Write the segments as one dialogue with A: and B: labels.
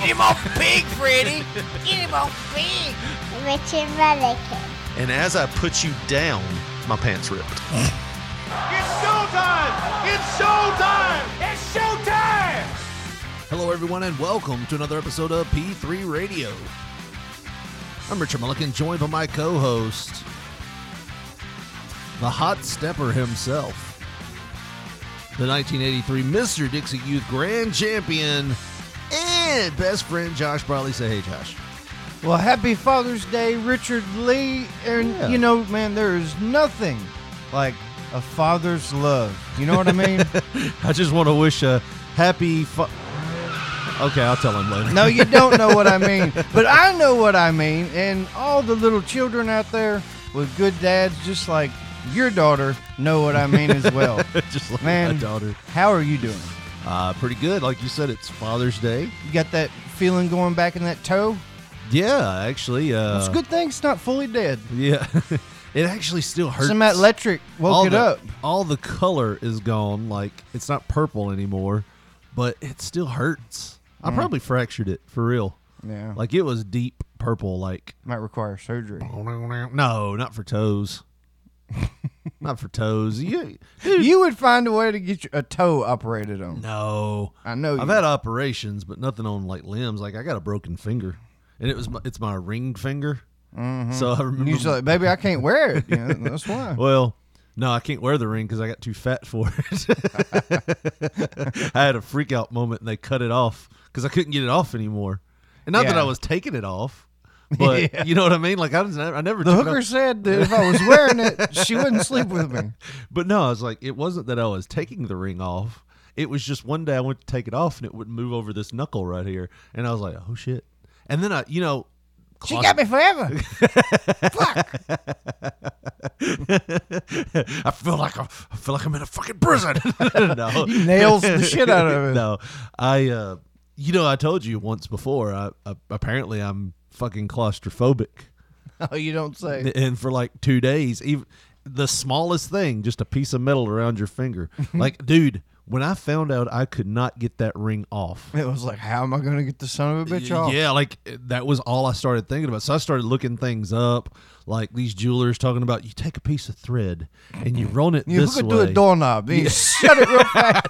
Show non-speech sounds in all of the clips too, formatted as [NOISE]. A: Get him off pig, Freddy. Get him off pig.
B: Richard Mullican.
C: and as I put you down, my pants ripped. Hello, everyone, and welcome to another episode of P3 Radio. I'm Richard Mullican, joined by my co host, the hot stepper himself, the 1983 Mr. Dixie Youth Grand Champion, and best friend Josh Bradley. Say, hey, Josh.
D: Well, happy Father's Day, Richard Lee. And
C: Yeah.
D: you know, man, there is nothing like a father's love. You know what I mean?
C: [LAUGHS] I just want to wish a happy. Fu- okay, I'll tell him later.
D: no, you don't know what I mean. But I know what I mean. And all the little children out there with good dads, just like your daughter, know what I mean as
C: [LAUGHS]
D: well.
C: [LAUGHS] just like
D: Man.
C: my daughter.
D: How are you doing?
C: Uh, pretty good. Like you said, it's Father's Day.
D: You got that feeling going back in that toe?
C: Yeah, actually. Uh,
D: it's a good thing it's not fully dead.
C: Yeah. [LAUGHS] it actually still hurts.
D: Some electric woke
C: all
D: it
C: the, [LAUGHS]
D: up.
C: All the color is gone. Like, it's not purple anymore, but it still hurts. I probably fractured it for real.
D: Mm. Yeah.
C: Like, it was deep purple. Like,
D: Might require surgery.
C: no, not for
D: [LAUGHS]
C: toes. not for toes. You, dude,
D: You would find a way to get your, a toe operated on.
C: no.
D: I know.
C: I've
D: you.
C: had operations, but nothing on like limbs. Like I got a broken finger, and it was my, it's my ring finger.
D: Mm-hmm.
C: So I remember.
D: You're just like, baby, I can't wear it. You know, that's why.
C: [LAUGHS] well, no, I can't wear the ring because I got too fat for it. [LAUGHS] I had a freak out moment, and they cut it off because I couldn't get it off anymore. And not that
D: Yeah.
C: I was taking it off,
D: [LAUGHS]
C: but you know what I mean. Like I was, I never.
D: The
C: took it
D: hooker
C: off.
D: said that if I was wearing it, she wouldn't sleep with me.
C: But no, I was like, it wasn't that I was taking the ring off. It was just one day I went to take it off and it would move over this knuckle right here, and I was like, oh shit. And then I, you know,
D: She
C: claustro-
D: got me forever.
C: [LAUGHS]
D: [LAUGHS]
C: I feel like I, I feel like I'm in a fucking
D: [LAUGHS]
C: prison. [LAUGHS] no,
D: You nails the shit out of
C: [LAUGHS]
D: it.
C: No, I, uh, you know, I told you once before. I, I apparently I'm fucking claustrophobic.
D: Oh, you don't say.
C: and for like two days even the smallest thing just a piece of metal around your
D: [LAUGHS]
C: finger like dude when i found out i could not get that ring off
D: It was like, how am I going to get the son of a bitch off?
C: yeah like that was all i started thinking about so i started looking things up like these jewelers talking about you take a piece of thread and
D: [CLEARS THROAT]
C: you run it
D: You
C: this
D: could
C: way
D: do a doorknob. You
C: [LAUGHS]
D: shut it real fast.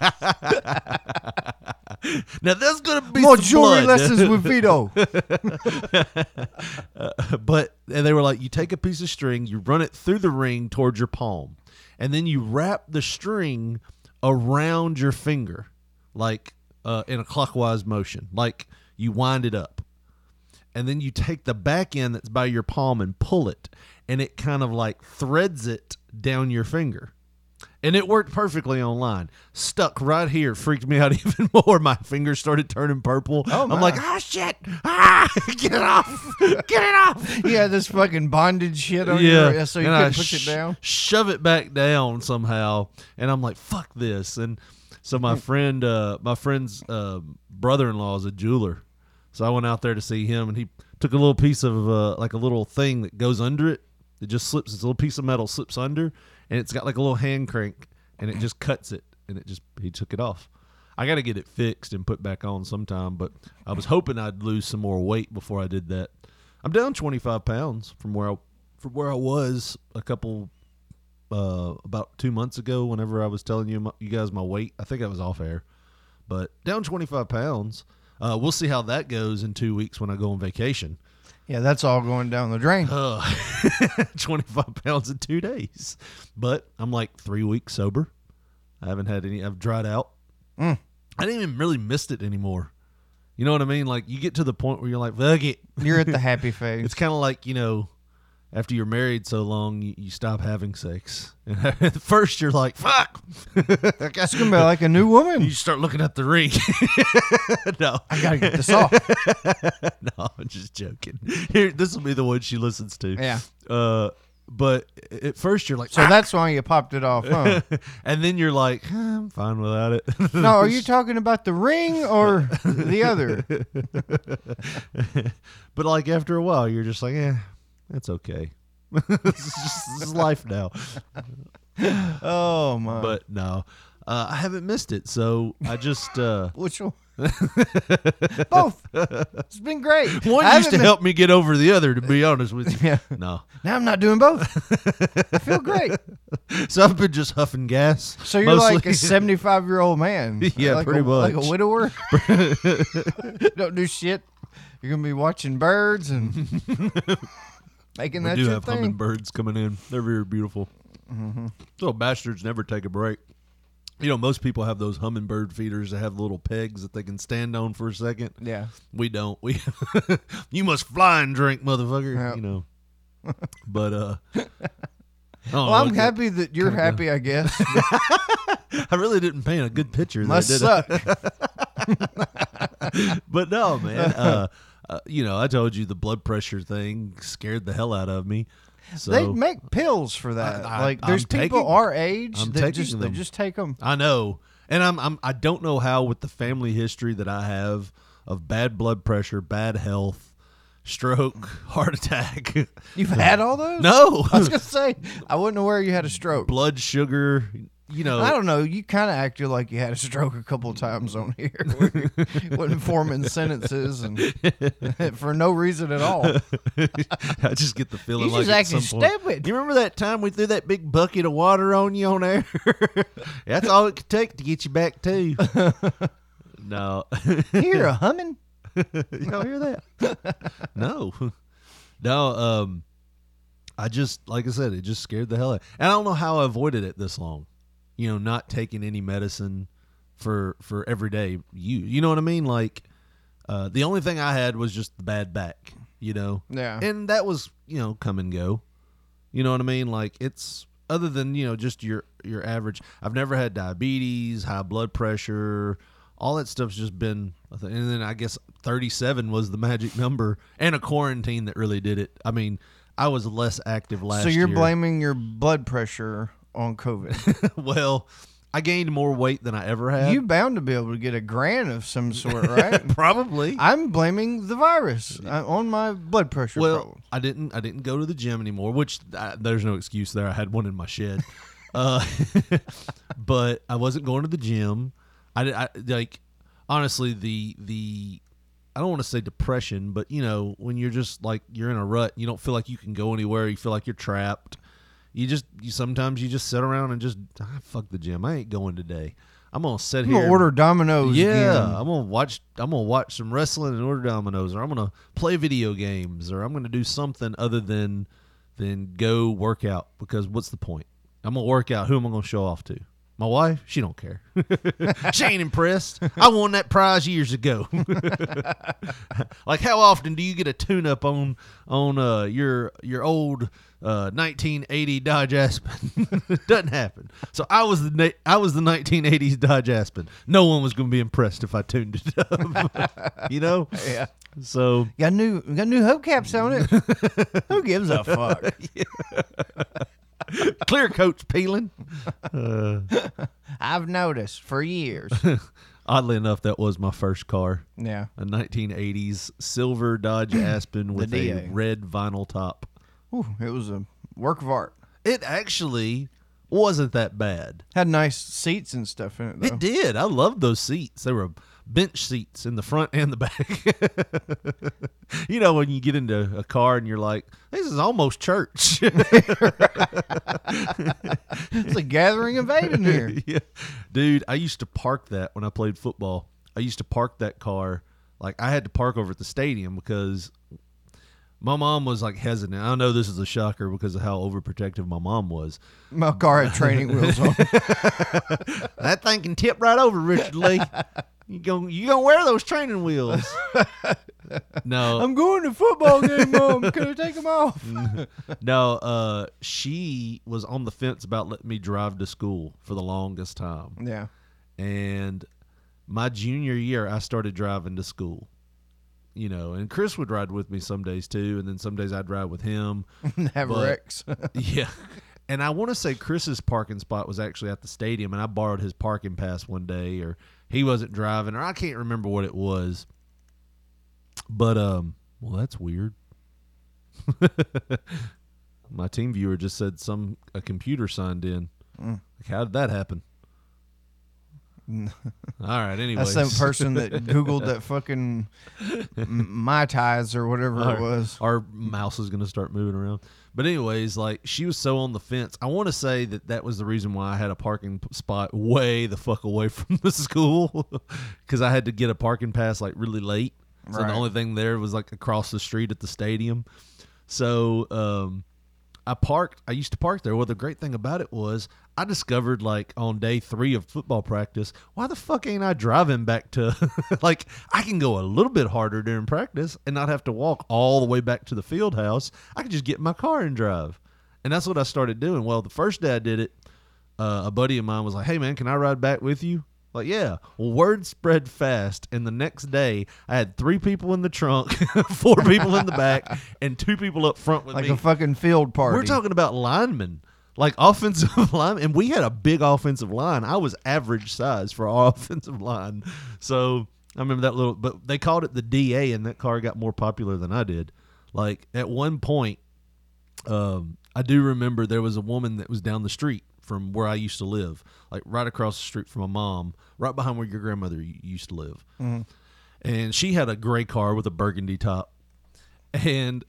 C: now that's gonna be
D: More
C: some
D: jewelry
C: blood. [LAUGHS]
D: lessons with Vito.
C: but and they were like, you take a piece of string, you run it through the ring towards your palm, and then you wrap the string around your finger, like uh, in a clockwise motion, like you wind it up, and then you take the back end that's by your palm and pull it, and it kind of like threads it down your finger. And it worked perfectly online. Stuck right here, freaked me out [LAUGHS] even more. My fingers started turning purple. I'm like, oh shit! Ah, [LAUGHS] get it off! Get it off!
D: Yeah, this fucking bondage shit on
C: yeah.
D: your so you
C: and I
D: couldn't push
C: sh-
D: it down.
C: Shove it back down somehow, and I'm like, fuck this. And so my friend, uh, my friend's uh, brother-in-law is a jeweler, so I went out there to see him, and he took a little piece of uh, like a little thing that goes under it. It just slips. It's a little piece of metal slips under, and it's got like a little hand crank, and it just cuts it, and it just he took it off. I got to get it fixed and put back on sometime, but I was hoping I'd lose some more weight before I did that. I'm down 25 pounds from where I from where I was a couple uh about 2 months ago whenever I was telling you my, you guys my weight. I think I was off air. But down 25 pounds. Uh, we'll see how that goes in 2 weeks when I go on vacation.
D: Yeah, that's all going down
C: [LAUGHS]
D: the drain.
C: Uh, 25 pounds in 2 days. But I'm like 3 weeks sober. I haven't had any I've dried out. I didn't even really miss it anymore. You know what I mean? Like you get to the point where you're like, "Fuck it."
D: You're at the happy phase.
C: It's kind of like you know, after you're married so long, you, you stop having sex. [LAUGHS] And at first, you're like, fuck.
D: It's gonna be like a new woman.
C: You start looking at the ring. [LAUGHS] no,
D: I gotta
C: [LAUGHS]
D: get this off.
C: no, I'm just joking. Here, this will be the one she listens to.
D: Yeah.
C: Uh, but at first, you're like,
D: So that's why you popped it
C: [LAUGHS]
D: off, huh?
C: and then you're like, "Huh, I'm fine without it.
D: [LAUGHS] No, are you talking about the ring or the other?
C: [LAUGHS] but like after a while, you're just like, yeah, that's okay. [LAUGHS] this, is just, this is life now.
D: Oh my!
C: But no, uh, I haven't missed it. So I just uh, [LAUGHS]
D: which one? Both. It's been great.
C: one
D: [LAUGHS] I
C: used to
D: haven't been-
C: help me get over the other. To
D: [LAUGHS]
C: be honest with you,
D: Yeah.
C: no.
D: Now I'm not doing both. I feel great.
C: So I've been just huffing gas.
D: So you're
C: mostly.
D: like
C: [LAUGHS]
D: a 75 year old man.
C: Yeah,
D: like
C: pretty
D: a, Like
C: much. [LAUGHS]
D: a widower. Don't do shit. You're gonna be watching
C: [LAUGHS]
D: birds and making
C: We
D: that
C: do
D: your
C: have
D: thing. Mm-hmm.
C: hummingbirds coming in. They're very beautiful. So bastards never take a break. You know, most people have those hummingbird feeders that have little pegs that they can stand on for a second.
D: Yeah.
C: We don't. We [LAUGHS] you must fly and drink, motherfucker.
D: Yeah.
C: You know. But
D: [LAUGHS]
C: uh, I don't know,
D: Well, I'm
C: it's-
D: happy that you're happy. I
C: [LAUGHS]
D: guess
C: I really didn't paint a good picture. there,
D: must
C: did I?
D: suck.
C: [LAUGHS] but no,
D: [LAUGHS]
C: man. Uh, uh, you know, I told you the blood pressure thing scared the hell out of me. So
D: They make pills for that.
C: I-
D: like
C: I'm
D: there's people
C: taking-
D: our age
C: I'm
D: that
C: taking
D: just
C: them.
D: they just take
C: [LAUGHS]
D: them.
C: I know, and I'm, I'm I don't know how with the family history that I have of bad blood pressure, bad health, stroke, [LAUGHS] heart attack. [LAUGHS]
D: You've had all those?
C: no, [LAUGHS]
D: I was gonna say I wasn't aware you had a stroke.
C: blood sugar. You know,
D: I don't know. You kind of acted like you had a stroke a couple times on here, [LAUGHS] where you wasn't forming sentences and [LAUGHS] for no reason at all.
C: [LAUGHS] I just get the feeling
D: You
C: like
D: just
C: at
D: acting
C: some point-
D: stupid.
C: You remember that time we threw that big bucket of water on you on air? [LAUGHS] That's all it could take to get you back
D: [LAUGHS]
C: too. no, [LAUGHS]
D: Here, a humming.
C: you don't hear that? no, [LAUGHS] no. Um, I just like I said, it just scared the hell out. And I don't know how I avoided it this long. You know, not taking any medicine for for everyday you. You know what I mean? Like, uh, the only thing I had was just the bad back. You know.
D: Yeah.
C: And that was you know come and go. You know what I mean? Like it's other than you know just your your average. I've never had diabetes, high blood pressure, all that stuff's just been. a thing. And then I guess thirty seven was the magic number, and a quarantine that really did it. I mean, I was less active last.
D: so you're
C: year.
D: blaming your blood pressure on
C: [LAUGHS]
D: COVID.
C: well, I gained more weight than I ever had.
D: you bound to be able to get a grant of
C: [LAUGHS]
D: some sort, right?
C: probably.
D: I'm blaming the virus uh, on my blood pressure
C: well,
D: problem.
C: I didn't. I didn't go to the gym anymore. Which uh, there's no excuse there. I had one in my shed, [LAUGHS] uh, but I wasn't going to the gym. I, di- I like honestly the the I don't want to say depression, but you know when you're just like you're in a rut, you don't feel like you can go anywhere. You feel like you're trapped. You just you sometimes you just sit around and just ah, fuck the gym. I ain't going today. I'm gonna sit
D: I'm
C: here.
D: gonna order Domino's.
C: Yeah,
D: again.
C: I'm gonna watch. I'm gonna watch some wrestling and order dominoes, or I'm gonna play video games, or I'm gonna do something other than than go work out. Because what's the point? I'm gonna work out. Who am I gonna show off to? My wife? She don't care. [LAUGHS] she ain't impressed. I won that prize years ago. [LAUGHS] like, how often do you get a tune up on on uh, your your old uh, 1980 Dodge Aspen? [LAUGHS] Doesn't happen. So I was the na- I was the 1980s Dodge Aspen. No one was going to be impressed if I tuned it up. [LAUGHS] you know. Yeah. So
D: Got new got new hubcaps on it.
C: [LAUGHS]
D: Who gives a fuck?
C: clear coats peeling.
D: I've noticed for
C: [LAUGHS]
D: years.
C: Oddly enough, that was my first car.
D: Yeah.
C: A 1980s silver Dodge [CLEARS THROAT] Aspen with a
D: DA.
C: red vinyl top.
D: Ooh, it was a work of art.
C: It actually wasn't that bad.
D: Had nice seats and stuff in it though.
C: It did. I loved those seats. They were bench seats in the front and the back. [LAUGHS] you know, when you get into a car and you're like, this is almost church. [LAUGHS]
D: It's a gathering of eight
C: [LAUGHS]
D: in here.
C: yeah. Dude, I used to park that when I played football. I used to park that car. Like, I had to park over at the stadium because my mom was like hesitant. I know this is a shocker because of how overprotective my mom was.
D: My car had training wheels
C: [LAUGHS]
D: on.
C: That thing can tip right over, Richard Lee. You going you gonna wear those training wheels? No,
D: I'm going to football game, mom. Can I take them off?
C: Mm. no. Uh, she was on the fence about letting me drive to school for the longest time.
D: [LAUGHS] Yeah.
C: and my junior year I started driving to school. You know, and Chris would ride with me some days too, and then some days I'd ride with him.
D: Have
C: But- [LAUGHS]
D: Rex. [LAUGHS]
C: yeah. And I want to say Chris's parking spot was actually at the stadium, and I borrowed his parking pass one day, or he wasn't driving, or I can't remember what it was. But um, well, that's weird. [LAUGHS] My team viewer just said some a computer signed in.
D: Mm.
C: Like, how did that
D: [LAUGHS]
C: happen? All right. Anyway,
D: That's some person that Googled that fucking my ties or whatever it was.
C: Our mouse is going to start moving around. But anyways, like she was so on the fence. I want to say that that was the reason why I had a parking p- spot way the fuck away [LAUGHS] from the school because I had to get a parking pass like really late. So the
D: Right.
C: only thing there was like across the street at the stadium. So um, I parked. I used to park there. Well, the great thing about it was I discovered like on day three of football practice, why the fuck ain't I driving back to? [LAUGHS] like I can go a little bit harder during practice and not have to walk all the way back to the field house. I could just get in my car and drive, and that's what I started doing. Well, the first day I did it, uh, a buddy of mine was like, "Hey man, can I ride back with you?" Like, yeah. Well, word spread fast, and the next day I had three people in the trunk, [LAUGHS] four people in the back, and two people up front with
D: Like
C: me.
D: a fucking field party.
C: We're talking about linemen, like offensive [LAUGHS] linemen. And we had a big offensive line. I was average size for our [LAUGHS] offensive line. So I remember that little, but they called it the DA, and that car got more popular than I did. Like at one point, um, I do remember there was a woman that was down the street from where I used to live, like right across the street from my mom, right behind where your grandmother y- used to live. And she had a gray car with a burgundy top. And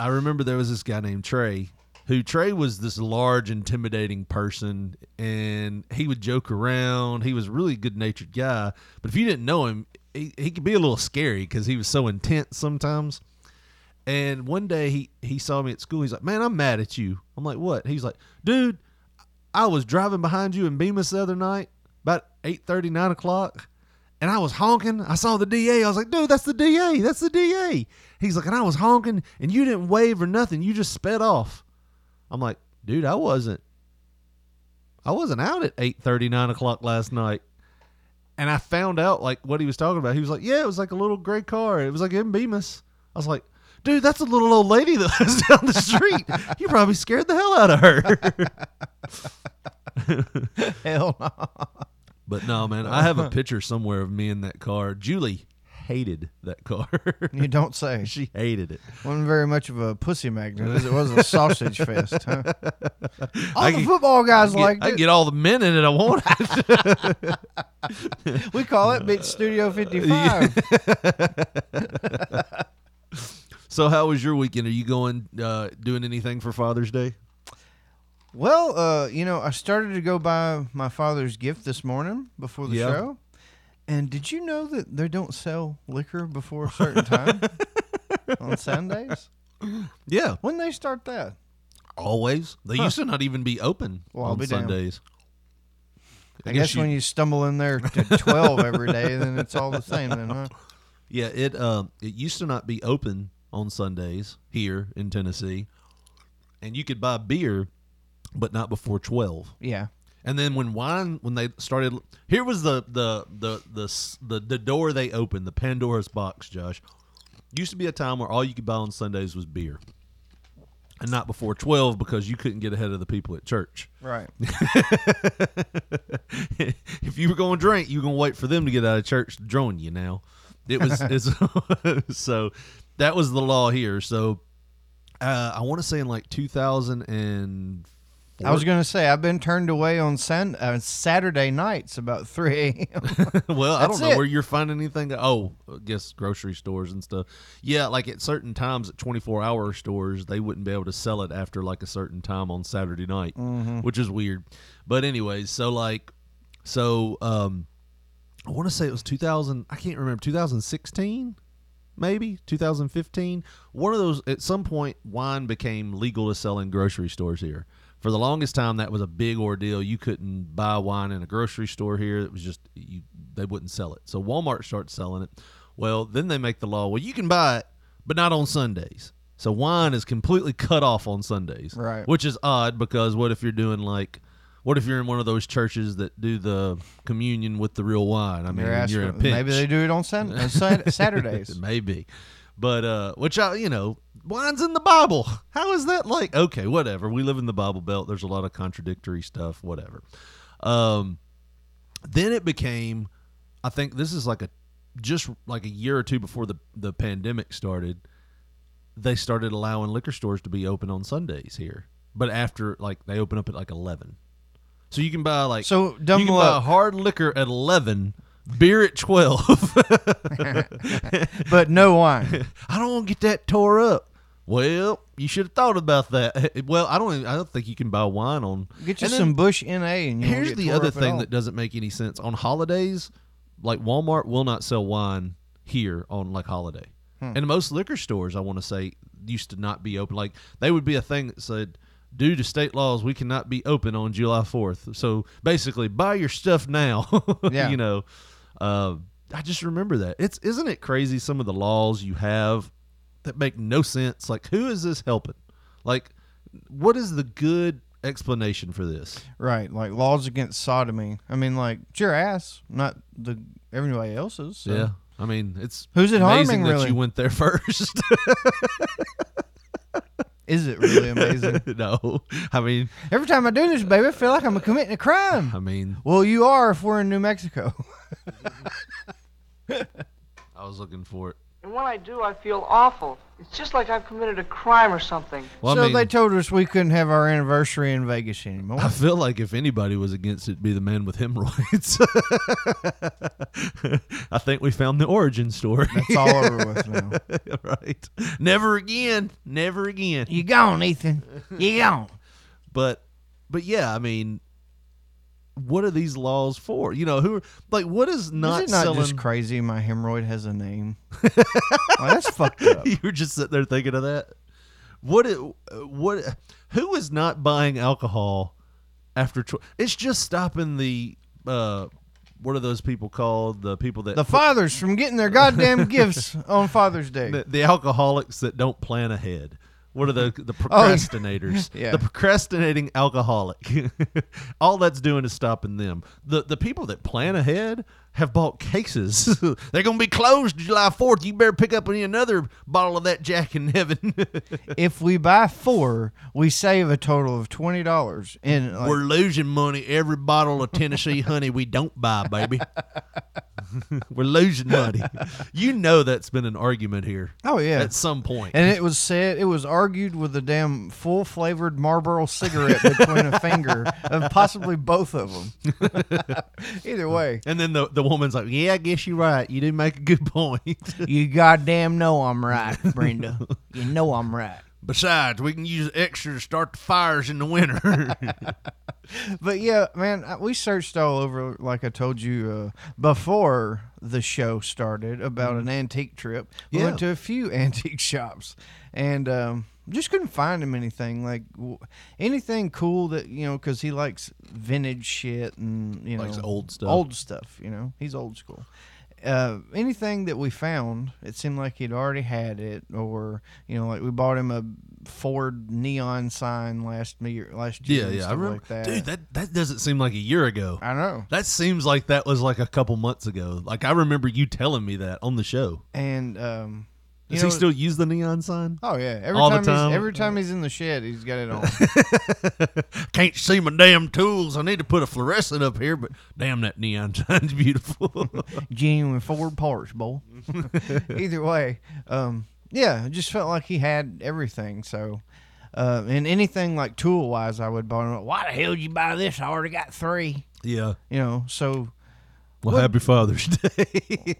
C: I remember there was this guy named Trey, who Trey was this large, intimidating person, and he would joke around. He was a really good natured guy, but if you didn't know him, he, he could be a little scary because he was so intense sometimes. And one day he he saw me at school. He's like, "Man, I'm mad at you." I'm like, "What?" He's like, "Dude, I was driving behind you in Bemis the other night, about 8.30, 9 o'clock, and I was honking. I saw the DA. I was like, dude, that's the DA. That's the DA. He's like, and I was honking, and you didn't wave or nothing. You just sped off. I'm like, dude, I wasn't. I wasn't out at 8.30, 9 o'clock last night. And I found out, like, what he was talking about. He was like, yeah, it was like a little gray car. It was like in Bemis. I was like, dude, that's a little old lady that [LAUGHS] lives down the street. You probably scared the hell out of her.
D: [LAUGHS] Hell no.
C: But no, man, I have a picture somewhere of me in that car. Julie hated that
D: [LAUGHS]
C: car.
D: You don't say.
C: she hated it.
D: wasn't very much of a pussy magnet as it was a
C: [LAUGHS]
D: sausage fest. Huh? All
C: I
D: the
C: can-
D: football guys
C: Get-
D: liked
C: I
D: it.
C: get all the men in it I want.
D: We call
C: [LAUGHS]
D: it Bitch Studio 55.
C: so, how was your weekend? Are you going uh, doing anything for Father's Day?
D: well, uh, you know, I started to go buy my father's gift this morning before the
C: Yeah.
D: show. And did you know that they don't sell liquor before a certain
C: [LAUGHS]
D: time on Sundays?
C: Yeah,
D: When they start that?
C: always. They used to not even be open
D: Well, I'll
C: on
D: be damned.
C: Sundays.
D: I, guess, when you stumble in there to 12 every day, then it's all the same,
C: [LAUGHS]
D: then, huh?
C: yeah, it um it used to not be open on Sundays here in Tennessee, and you could buy beer, but not before twelve.
D: Yeah.
C: And then when wine, when they started, here was the the the the s- the, the door they opened, the Pandora's box. Josh used to be a time where all you could buy on Sundays was beer, and not before twelve because you couldn't get ahead of the people at church. [LAUGHS]
D: Right.
C: if you were going to drink, you were going to wait for them to get out of church to join you. Now, it was it's, [LAUGHS] so that was the law here. So uh, I want to say in like two thousand and
D: I was going to say, I've been turned away on sun, uh, Saturday nights about 3 a.m.
C: well, I don't
D: That's
C: know
D: it.
C: where you're finding anything. That, oh, I guess grocery stores and stuff. Yeah, like at certain times at 24 hour stores, they wouldn't be able to sell it after like a certain time on Saturday night,
D: Mm-hmm.
C: which is weird. But anyways, so like, so um, I want to say it was 2000. I can't remember 2016 maybe 2015 one of those at some point wine became legal to sell in grocery stores here for the longest time that was a big ordeal you couldn't buy wine in a grocery store here it was just you they wouldn't sell it so walmart started selling it Well, then they make the law. Well, you can buy it, but not on Sundays. So wine is completely cut off on Sundays,
D: Right.
C: Which is odd because what if you're doing like, what if you're in one of those churches that do the communion with the real wine? I mean,
D: They're
C: and [LAUGHS] you're in a
D: asking-
C: pinch.
D: maybe they do it on, Sun-
C: [LAUGHS]
D: on Sat- Saturdays.
C: Maybe. But uh which I you know, wine's in the Bible. How is that like okay, whatever. We live in the Bible belt. There's a lot of contradictory stuff, whatever. Um then it became I think this is like a just like a year or two before the the pandemic started, they started allowing liquor stores to be open on Sundays here. But after like they open up at like eleven. So you can buy like
D: So, dumb
C: you can buy
D: luck.
C: hard liquor at eleven, beer at twelve.
D: but no
C: [LAUGHS]
D: wine.
C: I don't want to get that tore up. Well, you should have thought about that. [LAUGHS] Well, I don't. Even, I don't think you can buy wine on.
D: Get you
C: And then
D: some Bush NA and you won't
C: Here's
D: get
C: the
D: tore
C: other
D: up at
C: thing
D: all.
C: that doesn't make any sense. On holidays, like Walmart will not sell wine here on like holiday,
D: Hmm.
C: and most liquor stores I want to say used to not be open. Like they would be a thing that said. Due to state laws, we cannot be open on July Fourth. So basically, buy your stuff now. [LAUGHS]
D: Yeah.
C: you know, uh, I just remember that. It's isn't it crazy some of the laws you have that make no sense? Like, who is this helping? Like, what is the good explanation for this?
D: Right, like laws against sodomy. I mean, like it's your ass, not the everybody else's. so.
C: Yeah. I mean, it's
D: Who's it
C: amazing
D: harming,
C: that
D: really?
C: you went there [LAUGHS] first.
D: Is
C: [LAUGHS]
D: it really [LAUGHS] amazing?
C: no, I mean,
D: Every time I do this, baby, I feel like I'm committing a crime.
C: I mean,
D: well, you are if we're in New Mexico.
C: I was looking for it.
E: And when I do, I feel awful. It's just like I've committed a crime or something.
C: Well,
D: so
C: I mean,
D: they told us we couldn't have our anniversary in Vegas anymore.
C: I feel like if anybody was against it, it'd be the man with hemorrhoids. [LAUGHS] I think we found the origin story.
D: It's all over
C: [LAUGHS]
D: with now.
C: right. Never again. Never again.
D: You gone, Ethan.
C: [LAUGHS]
D: You gone.
C: but but yeah, I mean, what are these laws for? You know, who are, like what is not,
D: Is it not
C: selling?
D: just crazy? My hemorrhoid has
C: [LAUGHS]
D: a name. Like, that's fucked up.
C: you were just sitting there thinking of that. What it, what who is not buying alcohol after tw- it's just stopping the uh what are those people called the people that
D: The fathers from getting their goddamn gifts on Father's
C: [LAUGHS]
D: Day.
C: the, the alcoholics that don't plan ahead. What are the
D: [LAUGHS]
C: the procrastinators?
D: Mm-hmm. Oh, yeah.
C: The procrastinating alcoholic. [LAUGHS] All that's doing is stopping them. The the people that plan ahead have bought cases. [LAUGHS] They're gonna be closed July fourth. You better pick up any another bottle of that Jack in Heaven. [LAUGHS]
D: if we buy four, we save a total of twenty dollars. And like,
C: We're losing money every bottle of Tennessee honey we don't buy, baby. We're losing money. You know that's been an argument here.
D: oh yeah,
C: At some point.
D: and it was said it was argued with a damn full flavored Marlboro cigarette between a finger of possibly both of them.
C: [LAUGHS]
D: Either way,
C: And then the, the woman's like, Yeah, I guess you're right. You do make a good point.
D: you goddamn know I'm right, Brenda. You know I'm right.
C: Besides, we can use extra to start the fires in the winter.
D: [LAUGHS] But yeah, man, I- we searched all over, like I told you uh, before the show started, about an antique trip. We went
C: Mm-hmm. Yeah.
D: to a few [LAUGHS] antique shops and um, just couldn't find him anything like w- anything cool that you know because he likes vintage shit and you know
C: Likes old stuff.
D: old stuff. You know, he's old school. Uh, anything that we found, it seemed like he'd already had it, or you know, like we bought him a Ford neon sign last year, last
C: [LAUGHS]
D: year,
C: yeah,
D: and
C: yeah, I
D: stuff
C: remember.
D: like that.
C: Dude, that, that doesn't seem like a year ago.
D: I know.
C: That seems like that was like a couple months ago. Like I remember you telling me that on the show.
D: And um, you
C: Does
D: know,
C: he still use the neon sign?
D: Oh yeah. Every
C: all the
D: time,
C: time?
D: He's, every time he's in the shed, he's got it
C: [LAUGHS]
D: on.
C: Can't see my damn tools. I need to put a fluorescent up here, but damn, that neon [LAUGHS] sign's beautiful. [LAUGHS]
D: Genuine Ford parts, boy. Either way, um, yeah, it just felt like he had everything. So. Uh, and anything like tool wise, I would buy. him, Why the hell did you buy this? I already got three.
C: yeah.
D: You know, so
C: Well, happy Father's [LAUGHS] Day.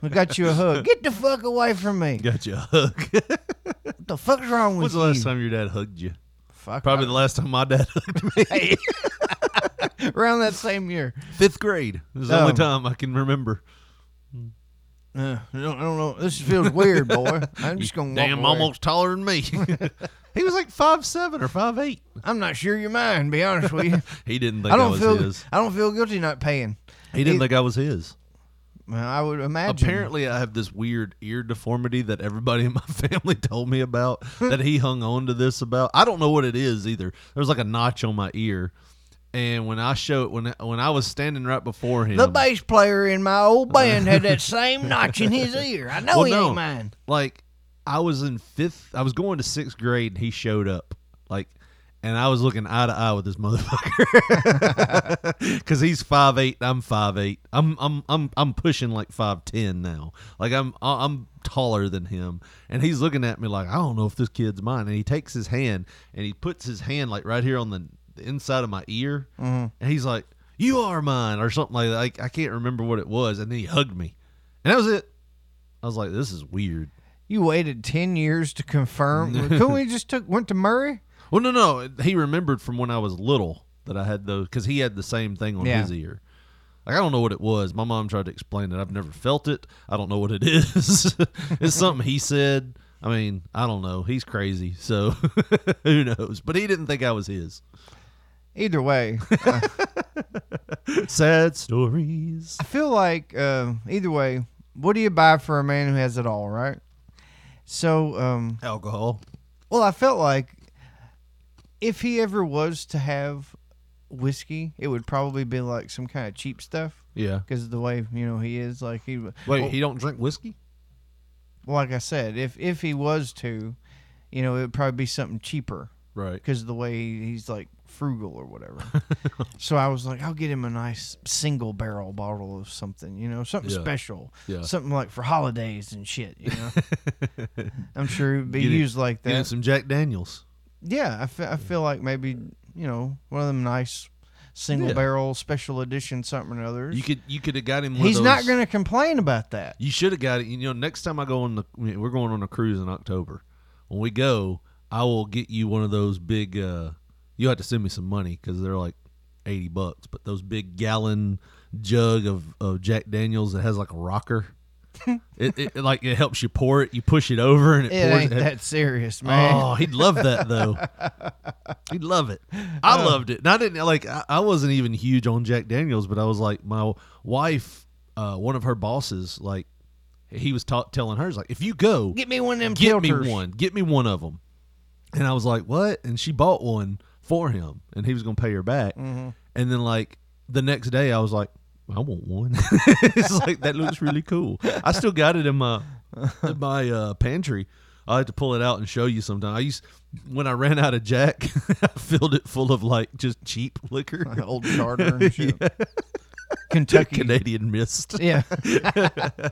D: I got you a hug. Get the fuck away from me.
C: Got you a hug. [LAUGHS]
D: What the fuck's wrong
C: When's
D: with
C: the
D: you?
C: last time your dad hugged you?
D: Fuck,
C: Probably the last time my dad [LAUGHS] hugged me.
D: [LAUGHS] around that same year.
C: Fifth grade. This is the only
D: Um,
C: time I can remember.
D: Uh, I, don't, I don't know. This feels weird, boy. I'm just gonna walk
C: Damn,
D: away.
C: almost taller than
D: [LAUGHS]
C: me. [LAUGHS] he was like five seven or five eight.
D: I'm not sure you're mine. Be honest
C: [LAUGHS]
D: with you.
C: He didn't think
D: I
C: I,
D: don't
C: was
D: feel.
C: his.
D: I don't feel guilty not paying.
C: He didn't
D: it-
C: think I was his.
D: Well, I would imagine.
C: Apparently, I have this weird ear deformity that everybody in my [LAUGHS] family told me about that he hung on to this about. I don't know what it is either. There's like a notch on my ear, and when I show when when I was standing right before him,
D: The bass player in my
C: [LAUGHS]
D: old band had that same notch in his ear. I know
C: Well,
D: he
C: no.
D: ain't mine.
C: like I was in fifth, I was going to sixth grade, and he showed up like. And I was looking eye to eye with this [LAUGHS] motherfucker, [LAUGHS] because he's five eight. I'm five eight. I'm I'm I'm I'm pushing like five ten now. Like I'm I- I'm taller than him, and he's looking at me like I don't know if this kid's mine. And he takes his hand and he puts his hand like right here on the, the inside of my ear,
D: Mm-hmm.
C: and he's like, "You are mine" or something like that. Like, I can't remember what it was. And then he hugged me, and that was it. I was like, "This is weird."
D: You waited ten years to confirm.
C: [LAUGHS]
D: Couldn't we just took went to Murray?
C: Well, no, no. He remembered from when I was little that I had those because he had the same thing on
D: Yeah.
C: his ear. Like I don't know what it was. My mom tried to explain it. I've never felt it. I don't know what it [LAUGHS] is. it's something he said. I mean, I don't know. He's crazy, so [LAUGHS] who knows? But he didn't think I was his.
D: Either way,
C: Sad stories. [LAUGHS]
D: I feel like uh, either way, what do you buy for a man who has it all, right? So, um,
C: Alcohol.
D: well, I felt like if he ever was to have whiskey, it would probably be like some kind of cheap stuff
C: Yeah.
D: because of the way you know he is. Like he, w-
C: Wait,
D: well,
C: he don't drink whiskey?
D: like I said, if if he was to, you know, it would probably be something cheaper.
C: Right.
D: because of the way he's like frugal or whatever.
C: [LAUGHS]
D: so I was like, I'll get him a nice single barrel bottle of something, you know, something
C: Yeah.
D: special,
C: Yeah.
D: something like for holidays and shit. You know,
C: [LAUGHS]
D: I'm sure it'd be
C: Get it-
D: used like
C: Get him
D: that.
C: some Jack Daniels.
D: Yeah, I fe- I feel like maybe you know one of them nice single
C: Yeah.
D: barrel special edition something or other.
C: You could you could have got him. One
D: He's
C: of
D: not
C: those-
D: going to complain about that.
C: You should have got it. You know, next time I go on the, we're going on a cruise in October. When we go, I will get you one of those big. uh You have to send me some money because they're like eighty bucks. But those big gallon jug of of Jack Daniels that has like a
D: [LAUGHS]
C: rocker. it, it like it helps you pour it. You push it over and it,
D: It
C: pours.
D: ain't
C: it-
D: that serious, man.
C: Oh, he'd love that though. he'd love it. I loved it. And I didn't like. I, I wasn't even huge on Jack Daniels, but I was like, my wife, uh, one of her bosses, like, he was ta- telling her, he's like, if you go,
D: Get me one of
C: [LAUGHS]
D: them.
C: get me
D: filters.
C: one, get me one of them. And I was like, what? And she bought one for him, and he was gonna pay her back.
D: Mm-hmm.
C: And then like the next day, I was like. I want one. [LAUGHS] it's like that looks really cool. I still got it in my in my uh, pantry. I had to pull it out and show you sometime. I used when I ran out of Jack, [LAUGHS] I filled it full of like just cheap liquor, [LAUGHS]
D: [LAUGHS] Old Charter and shit. Kentucky.
C: Canadian Mist.
D: Yeah,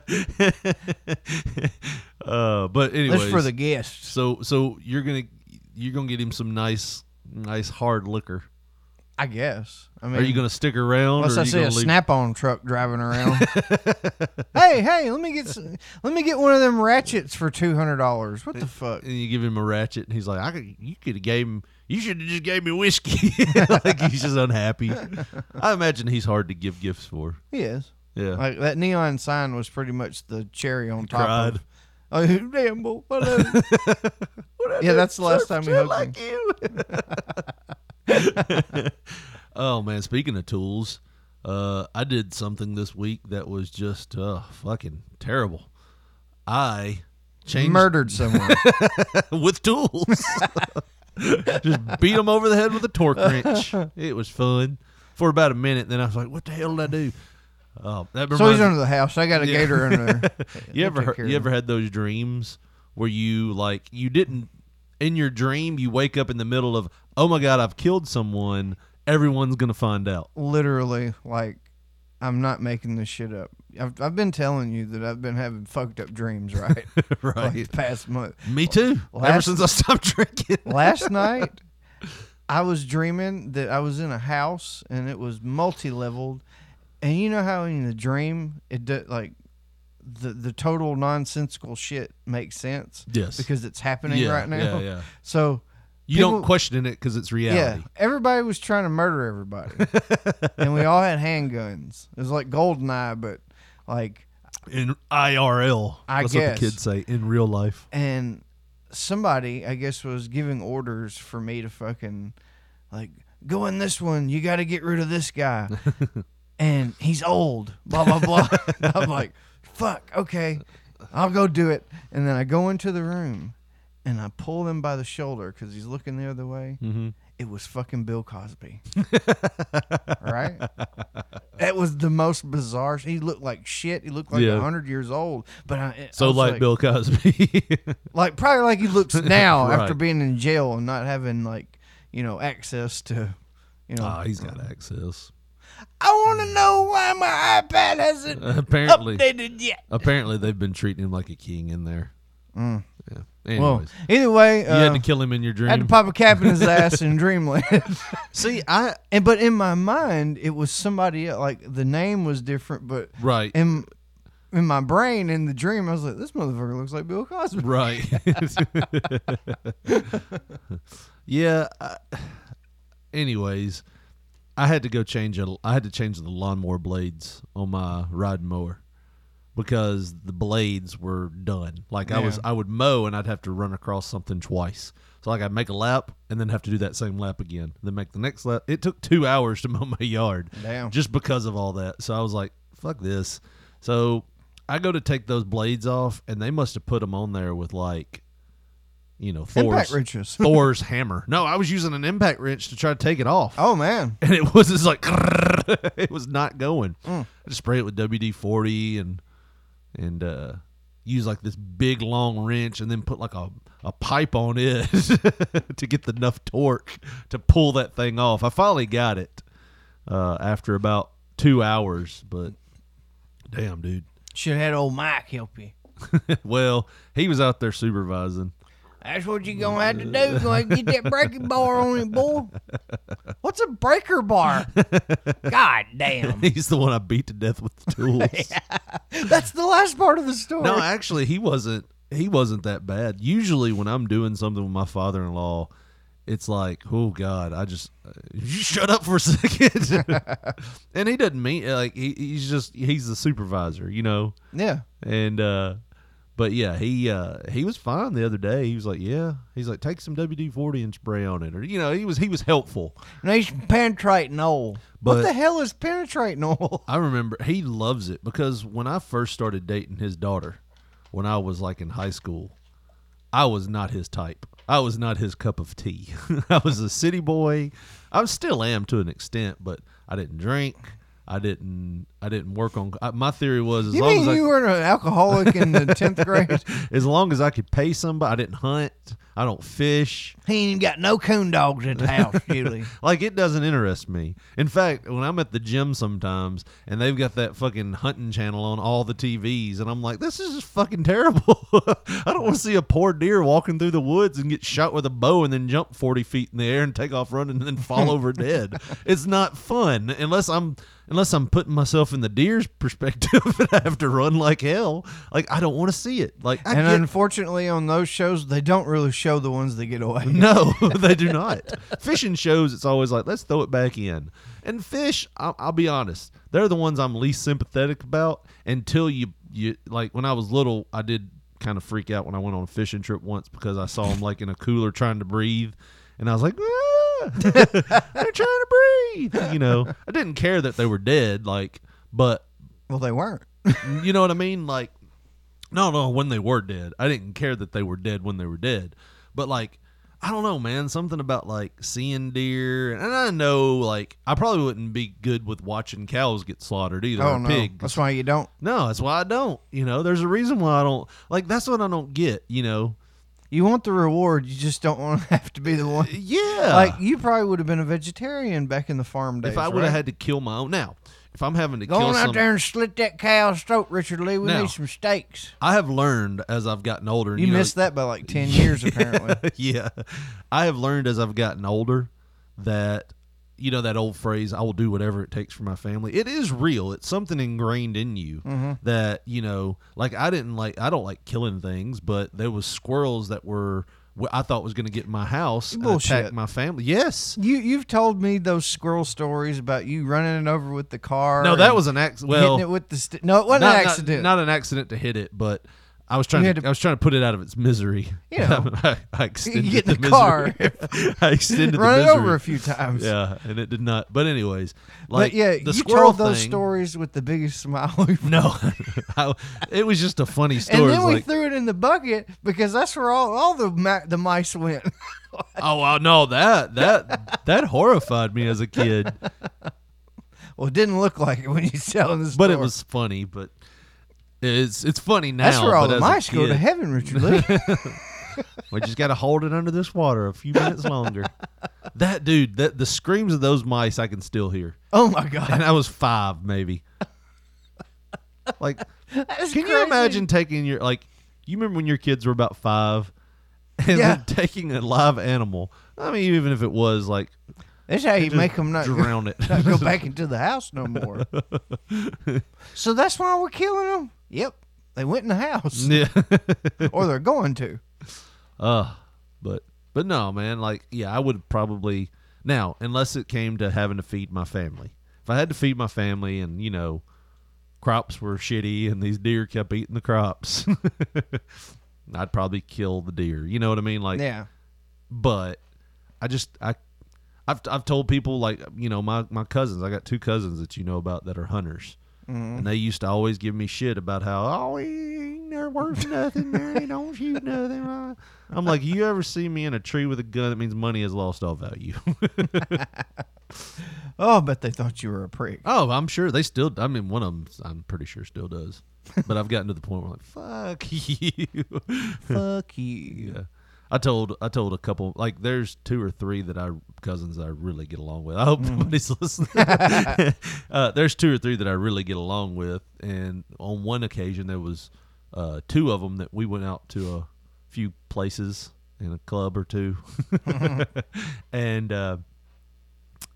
C: [LAUGHS] Uh, but
D: that's
C: anyways,
D: for the guests.
C: so so you're gonna you're gonna get him some nice nice hard liquor.
D: I guess. I mean,
C: Are you gonna stick around?
D: Unless
C: or are
D: I
C: you
D: see a
C: gonna leave?
D: snap-on truck driving
C: [LAUGHS]
D: around. hey, hey, let me get s- let me get one of them ratchets for two hundred dollars. What the fuck?
C: and you give him a ratchet, and he's like, "I could, you could have gave him, you should have just gave me whiskey." [LAUGHS] like he's just
D: [LAUGHS]
C: unhappy. I imagine he's hard to give gifts for.
D: Yes.
C: Yeah,
D: Like that neon sign was pretty much the cherry on top.
C: cried.
D: Of, oh damn, boy,
C: [LAUGHS]
D: what a- yeah, that's the last time we hugged him.
C: [LAUGHS] oh man, speaking of tools, uh, I did something this week that was just uh, fucking terrible. I changed [LAUGHS]
D: Murdered someone.
C: with tools. [LAUGHS] Just beat them over the head with a torque wrench. It was fun for about a minute. Then I was like, "What the hell did I do?" Oh, that reminds
D: so he's under the house. I got a
C: Yeah. [LAUGHS]
D: gator under there.
C: you ever
D: take
C: heard,
D: care
C: you
D: of
C: ever had those dreams where you like you didn't in your dream you wake up in the middle of oh my god I've killed someone everyone's gonna find out
D: Literally, like I'm not making this shit up. I've, I've been telling you that I've been having fucked up dreams,
C: [LAUGHS]
D: right?
C: right
D: Like the past month.
C: me too ever
D: last-
C: since I stopped [LAUGHS] drinking
D: last night I was dreaming that I was in a house and it was multi-leveled and you know how in the dream it do, like the the total nonsensical shit makes sense
C: Yes.
D: because it's happening
C: Yeah,
D: right now
C: yeah, yeah.
D: so
C: you don't
D: people-
C: question it because it's
D: yeah
C: reality
D: everybody was trying to murder everybody and we all had handguns it was like goldeneye but like
C: in IRL
D: I
C: that's what
D: guess.
C: the kids say in real life
D: and somebody I guess was giving orders for
C: [LAUGHS]
D: me to fucking like go in this one. You got to get rid of this guy. and he's old, blah, blah, blah. I'm like, fuck, okay, I'll go do it. And then I go into the room and I pull him by the shoulder because he's looking the other way.
C: Mm-hmm.
D: It was fucking Bill Cosby. right? That was the most bizarre. He looked like shit. He looked like a
C: Yeah.
D: 100 years old. But I, I
C: So
D: was
C: like, Bill
D: [LAUGHS]
C: Cosby.
D: like probably like
C: [LAUGHS]
D: he looks now
C: Right.
D: after being in jail and not having like you know access to you know.
C: oh, he's got access. [LAUGHS]
D: I want to know why my iPad hasn't
C: Apparently,
D: updated yet.
C: apparently they've been treating him like a king in there. Yeah. [LAUGHS] Anyways,
D: Mm. Well, either way,
C: you had
D: uh,
C: to kill him in your
D: I had to
C: dream.
D: pop a cap in his
C: [LAUGHS]
D: ass in Dreamland.
C: See, I
D: and but in my mind, it was somebody else. like the name was different, but
C: right,
D: in in my brain in the dream, I was like, this motherfucker looks like Bill Cosby.
C: right. [LAUGHS] yeah. I, anyways, I had to go change. A, I had to change the lawnmower blades on my riding mower because the blades were done. Like I was, I would mow and I'd have to run across something twice. So like I'd make a lap and then have to do that same lap again, then make the next lap. It took two hours to mow my yard,
D: Damn.
C: just because of all that. So I was like, "Fuck this." So I go to take those blades off, and they must have put them on there with like, you know,
D: Impact
C: Thor's
D: wrenches. [LAUGHS]
C: Thor's hammer. No, I was using an impact wrench to try to take it off
D: Oh man,
C: [LAUGHS] and it was just like it was not going. I just spray it with WD forty and and uh, use like this big long wrench and then put like a, a pipe on it [LAUGHS] to get the enough torque to pull that thing off. I finally got it uh, after about two hours, but damn, dude. [LAUGHS]
D: should have had old Mike help you.
C: well, he was out there supervising. [LAUGHS]
D: That's what you gonna have to do. Gonna get that breaking bar on it, boy. What's a breaker bar? God
C: [LAUGHS]
D: damn.
C: He's the one I beat to death with the tools.
D: That's the last part of the story.
C: No, actually, he wasn't. He wasn't that bad. Usually, when I'm doing something with my father-in-law, it's like, oh God, I just uh, you shut up for a [LAUGHS] second. and he doesn't mean like he, he's just he's the supervisor, you know.
D: yeah.
C: And uh, but yeah, he uh, he was fine the other day. He was like, yeah, he's like, take some WD forty and spray on it, or you know, he was he was helpful.
D: Nation penetrating oil. what
C: But-
D: the hell is penetrating oil?
C: I remember he loves it because when I first started dating his daughter, when I was like in high school, I was not his type. I was not his cup of tea. [LAUGHS] I was a city boy. I still am to an extent, but I didn't drink. I didn't. I didn't work on. I, my theory was [LAUGHS] as
D: You
C: long
D: mean
C: as I,
D: you were an alcoholic in the tenth grade?
C: as long as I could pay somebody. I didn't hunt. I don't fish.
D: He ain't even got no coon dogs at the
C: [LAUGHS]
D: house, Julie.
C: Like it doesn't interest me. In fact, when I'm at the gym sometimes and they've got that fucking hunting channel on all the TVs and I'm like, this is just fucking terrible. [LAUGHS] I don't want to see a poor deer walking through the woods and get shot with a bow and then jump 40 feet in the air and take off running and then fall over dead. It's not fun unless I'm unless I'm putting myself in the deer's perspective [LAUGHS] and I have to run like hell. Like I don't want to see it. Like I
D: and
C: get
D: unfortunately, on those shows, they don't really show the ones that get
C: [LAUGHS]
D: away.
C: no, they do not. Fishing shows, it's always like, let's throw it back in. And fish, I'll, I'll be honest, they're the ones I'm least sympathetic about until you, you like, when I was little, I did kind of freak out when I went on a fishing trip once because I saw them, like, in a cooler trying to breathe. And I was like, "Ah, [LAUGHS] they're trying to breathe. You know, I didn't care that they were dead, like, but
D: Well, they weren't.
C: you know what I mean? Like, no, no, when they were dead. I didn't care that they were dead when they were dead. But, like, I don't know, man. Something about, like, seeing deer. And I know, like, I probably wouldn't be good with watching cows get slaughtered either.
D: Oh
C: or
D: no,
C: pigs.
D: that's why you don't.
C: No, that's why I don't. You know, there's a reason why I don't. Like, that's what I don't get, you know?
D: You want the reward, you just don't want to [LAUGHS] have to be the one.
C: Yeah.
D: Like you probably would have been a vegetarian back in the farm days.
C: Uh. if I would have
D: right?
C: had to kill my own. Now, if I'm having to
D: go
C: kill
D: on out
C: some,
D: there and slit that cow's throat, Richard Lee, we
C: Now.
D: need some steaks.
C: I have learned as I've gotten older. and
D: You,
C: know,
D: missed that by like
C: [LAUGHS]
D: ten years, apparently.
C: yeah. I have learned as I've gotten older that you know that old phrase, I will do whatever it takes for my family. It is real. It's something ingrained in you
D: Mm-hmm.
C: that, you know, like I didn't like I don't like killing things, but there was squirrels that were wh- I thought was going to get in my house and
D: Bullshit.
C: attack my family. Yes.
D: You you've told me those squirrel stories about you running it over with the car.
C: No, that
D: and
C: was an accident.
D: hitting
C: Well,
D: it with the st- no, it wasn't
C: not,
D: an
C: not-
D: accident.
C: Not, an accident to hit it, but I was trying.
D: had
C: To,
D: to-
C: I was trying to put it out of its misery.
D: You know.
C: I, [LAUGHS] I extended
D: get in the
C: misery.
D: car.
C: [LAUGHS] I extended
D: Run
C: the
D: it
C: misery
D: over a few
C: [LAUGHS]
D: times.
C: Yeah, and it did not. But anyways, like
D: but yeah,
C: the
D: you
C: squirrel
D: told those
C: thing-
D: stories with the biggest [LAUGHS] smile. We've
C: [LAUGHS] No, [LAUGHS] I, it was just a funny
D: and
C: story.
D: then
C: It's
D: we
C: like,
D: threw it in the bucket because that's where all, all the ma- the mice went. [LAUGHS]
C: oh well, no that that that horrified me as a kid,
D: [LAUGHS] well, it didn't look like it when you [LAUGHS] selling this,
C: but it was funny. But it's it's funny now.
D: that's where all
C: but
D: the
C: as a
D: mice go to
C: kid-
D: heaven, Richard. Lee.
C: [LAUGHS] We just got to hold it under this water a few minutes
D: [LAUGHS]
C: longer. that dude, that the screams of those mice, I can still hear.
D: oh my god,
C: And I was five,
D: [LAUGHS]
C: maybe. Like, can
D: That's
C: you
D: crazy.
C: imagine taking your like? You remember when your kids were about five, [LAUGHS] and
D: Yeah.
C: then [LAUGHS] taking a live animal. I mean, even if it was like [LAUGHS]
D: That's how you
C: just
D: make them not
C: drown it.
D: [LAUGHS] not go back into the
C: [LAUGHS]
D: house no more. so that's why we're killing them. Yep, they went in the house,
C: Yeah.
D: or they're going to.
C: Uh, but but no, man. Like, yeah, I would probably now, unless it came to having to feed my family. If I had to feed my family, and you know, crops were shitty, and these deer kept eating the crops, [LAUGHS] I'd probably kill the deer. You know what I mean? Like,
D: Yeah,
C: but I just I. I've, I've told people like you know my, my cousins I got two cousins that you know about that are hunters and they used to always give me shit about how oh he ain't they're worth nothing man he don't shoot nothing man." I'm like you ever see me in a tree with a gun that means money has lost all value [LAUGHS]
D: Oh, but they thought you were a prick.
C: oh I'm sure they still I mean one of them I'm pretty sure still does but I've gotten to the point where I'm like fuck you
D: [LAUGHS] Fuck you.
C: Yeah. I told I told a couple like there's two or three that I cousins I really get along with. I hope
D: Mm-hmm.
C: nobody's [LAUGHS] listening.
D: [LAUGHS]
C: uh, there's two or three that I really get along with, and on one occasion there was uh, two of them that we went out to a few places in a club or
D: [LAUGHS]
C: two, [LAUGHS] and uh,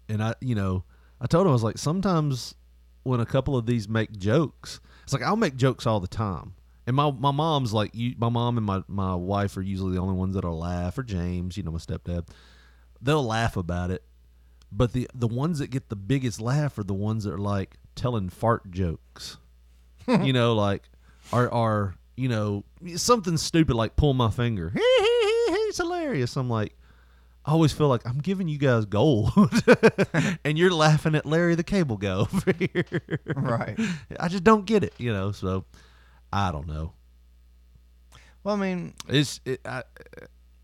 C: and I you know I told him I was like sometimes when a couple of these make jokes. It's like I'll make jokes all the time. And my, my mom's like you my mom and my, my wife are usually the only ones that'll laugh or James, you know, my stepdad. They'll laugh about it. But the the ones that get the biggest laugh are the ones that are like telling fart jokes. you know, like are are, you know, something stupid like pull my finger. [LAUGHS] it's hilarious. I'm like I always feel like I'm giving you guys gold, [LAUGHS] and you're laughing at Larry the Cable Guy over [LAUGHS] here.
D: Right.
C: I just don't get it, you know. So I don't know.
D: Well, I mean,
C: It's it, I,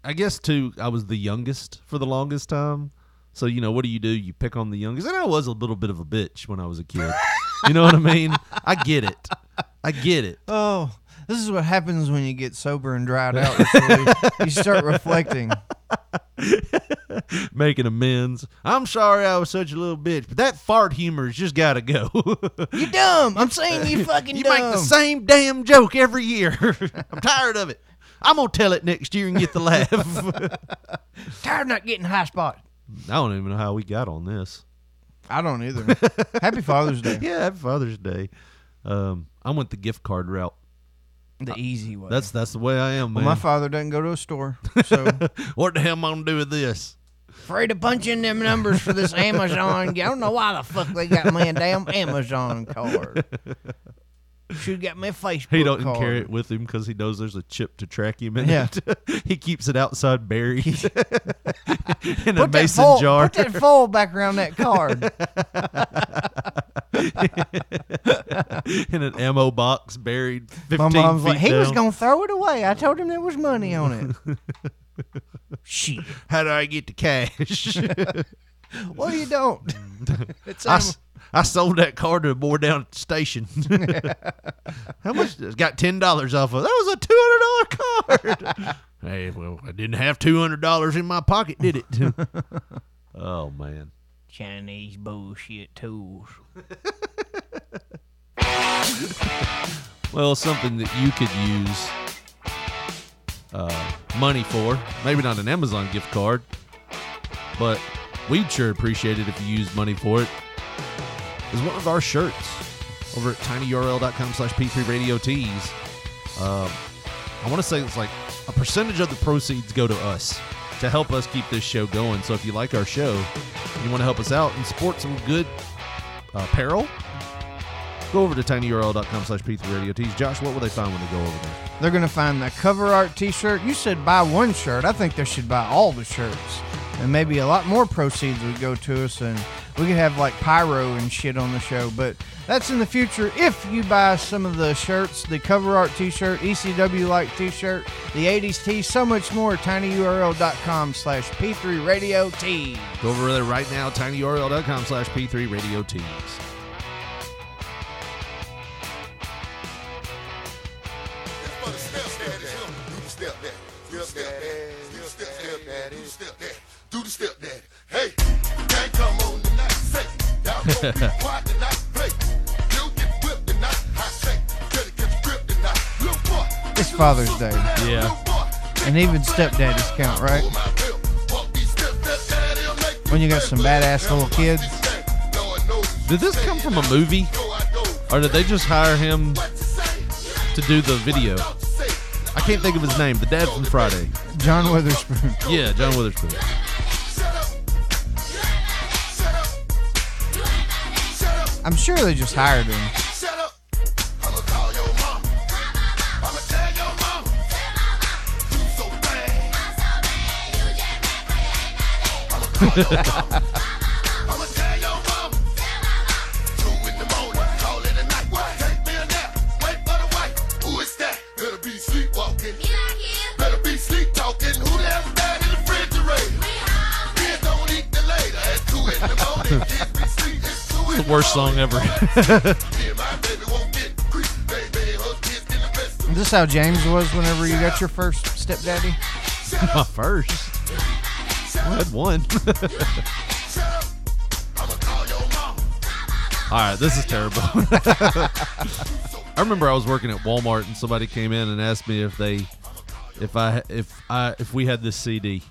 C: I guess too. I was the youngest for the longest time, so you know what do you do? You pick on the youngest, and I was a little bit of a bitch when I was a kid. you know what I mean? I get it. I get it.
D: oh, this is what happens when you get sober and dried out. Richard Lee.
C: [LAUGHS]
D: you start reflecting.
C: Making amends. I'm sorry I was such a little bitch, but that fart humor's just got to go. [LAUGHS]
D: You dumb. I'm saying you fucking
C: you
D: dumb.
C: make the same damn joke every year. [LAUGHS] I'm tired of it. I'm gonna tell it next year and get the laugh. [LAUGHS]
D: Tired of not getting high spot.
C: I don't even know how we got on this.
D: I don't either.
C: [LAUGHS]
D: Happy Father's Day.
C: Yeah, happy Father's Day. Um, I went the gift card route.
D: The easy way.
C: That's that's the way I am,
D: well,
C: man.
D: my father doesn't go to a store, so
C: what the hell am I gonna do with this?
D: [LAUGHS] afraid to punch in them numbers for this Amazon. I don't know why the fuck they got me a damn Amazon card. Should got me a Facebook.
C: He doesn't
D: card.
C: carry it with him because he knows there's a chip to track him in.
D: Yeah.
C: It. [LAUGHS] he keeps it outside
D: [LAUGHS]
C: buried [LAUGHS] in a
D: Put that
C: mason
D: foil-
C: jar.
D: Put that foil back around that [LAUGHS] card.
C: [LAUGHS] in an ammo box buried 15
D: My mom's
C: feet
D: like, he was
C: down.
D: gonna throw it away. I told him there was money on [LAUGHS] it. Shit.
C: How do I get the [LAUGHS] cash?
D: Well, you don't. it's
C: I,
D: um,
C: s- I sold that car to a boy down at the station. How much? Got ten dollars off of. That was a two hundred dollar card. [LAUGHS] hey, well, I didn't have two hundred dollars in my pocket, did it? [LAUGHS] oh man.
D: Chinese bullshit tools.
C: Well, something that you could use uh, money for. Maybe not an Amazon gift card, but we'd sure appreciate it if you used money for it. Is one of our shirts over at tinyurl.com slash p3radiotees. Um, I want to say it's like a percentage of the proceeds go to us to help us keep this show going. So if you like our show, and you want to help us out and support some good uh, apparel, go over to tinyurl.com slash p3radiotees. Josh, what will they find when they go over there?
D: They're going to find the cover art t shirt. You said buy one shirt. I think they should buy all the shirts. And maybe a lot more proceeds would go to us, and we could have like pyro and shit on the show. But that's in the future. If you buy some of the shirts, the cover art t shirt, ECW like t shirt, the 80s tee, so much more, tinyurl.com slash P3 Radio T.
C: Go over there right now, tinyurl.com slash P3 Radio Teams.
D: It's Father's Day,
C: Yeah.
D: and even stepdaddies count, right? When you got some badass little kids.
C: Did this come from a movie? Or did they just hire him to do the video? I can't think of his name. The dad from Friday.
D: John Witherspoon.
C: Yeah, John Witherspoon.
D: I'm sure they just hired him.
C: The worst song ever.
D: Is this how James was whenever you got your first stepdaddy?
C: My first. I had one. [LAUGHS] All right, this is terrible. [LAUGHS] I remember I was working at Walmart and somebody came in and asked me if they, if I, if I, if we had this CD.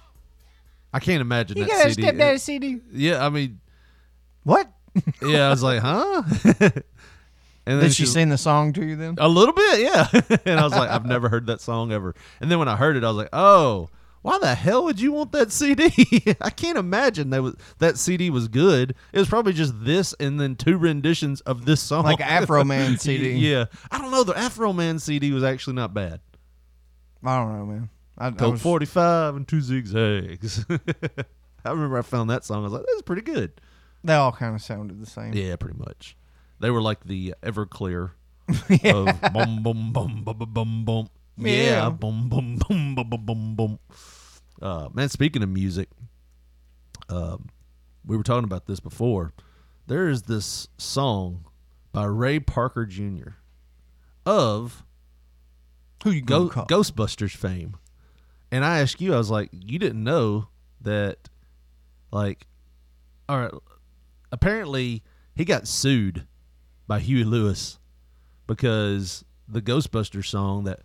C: I can't imagine
D: You got
C: that
D: a
C: CD.
D: stepdaddy CD?
C: Yeah, I mean,
D: What?
C: yeah, I was like, huh? [LAUGHS] and then
D: Did she
C: she's-
D: sing the song to you then?
C: A little bit, yeah. [LAUGHS] and I was like, I've never heard that song ever. And then when I heard it, I was like, oh, why the hell would you want that CD? [LAUGHS] I can't imagine that was that CD was good. It was probably just this and then two renditions of this song, [LAUGHS]
D: [LAUGHS] Like a Afro [LAUGHS] Man CD.
C: yeah, I don't know. The Afro Man CD was actually not bad.
D: I don't know, man. I, I
C: Coke
D: was-
C: forty five and two zigzags. [LAUGHS] I remember I found that song. I was like, that's pretty good.
D: They all kind of sounded the same.
C: Yeah, pretty much. They were like the Everclear [LAUGHS] of bum bum bum bum bum bum bum. Yeah,
D: Yeah.
C: bum bum bum bum bum bum bum. Uh, man, speaking of music, um, we were talking about this before. There is this song by Ray Parker Jr. of
D: Who you
C: Go-
D: go call?
C: Ghostbusters fame. And I asked you, I was like, you didn't know that, like, all right, apparently he got sued by Huey Lewis because the Ghostbusters song that.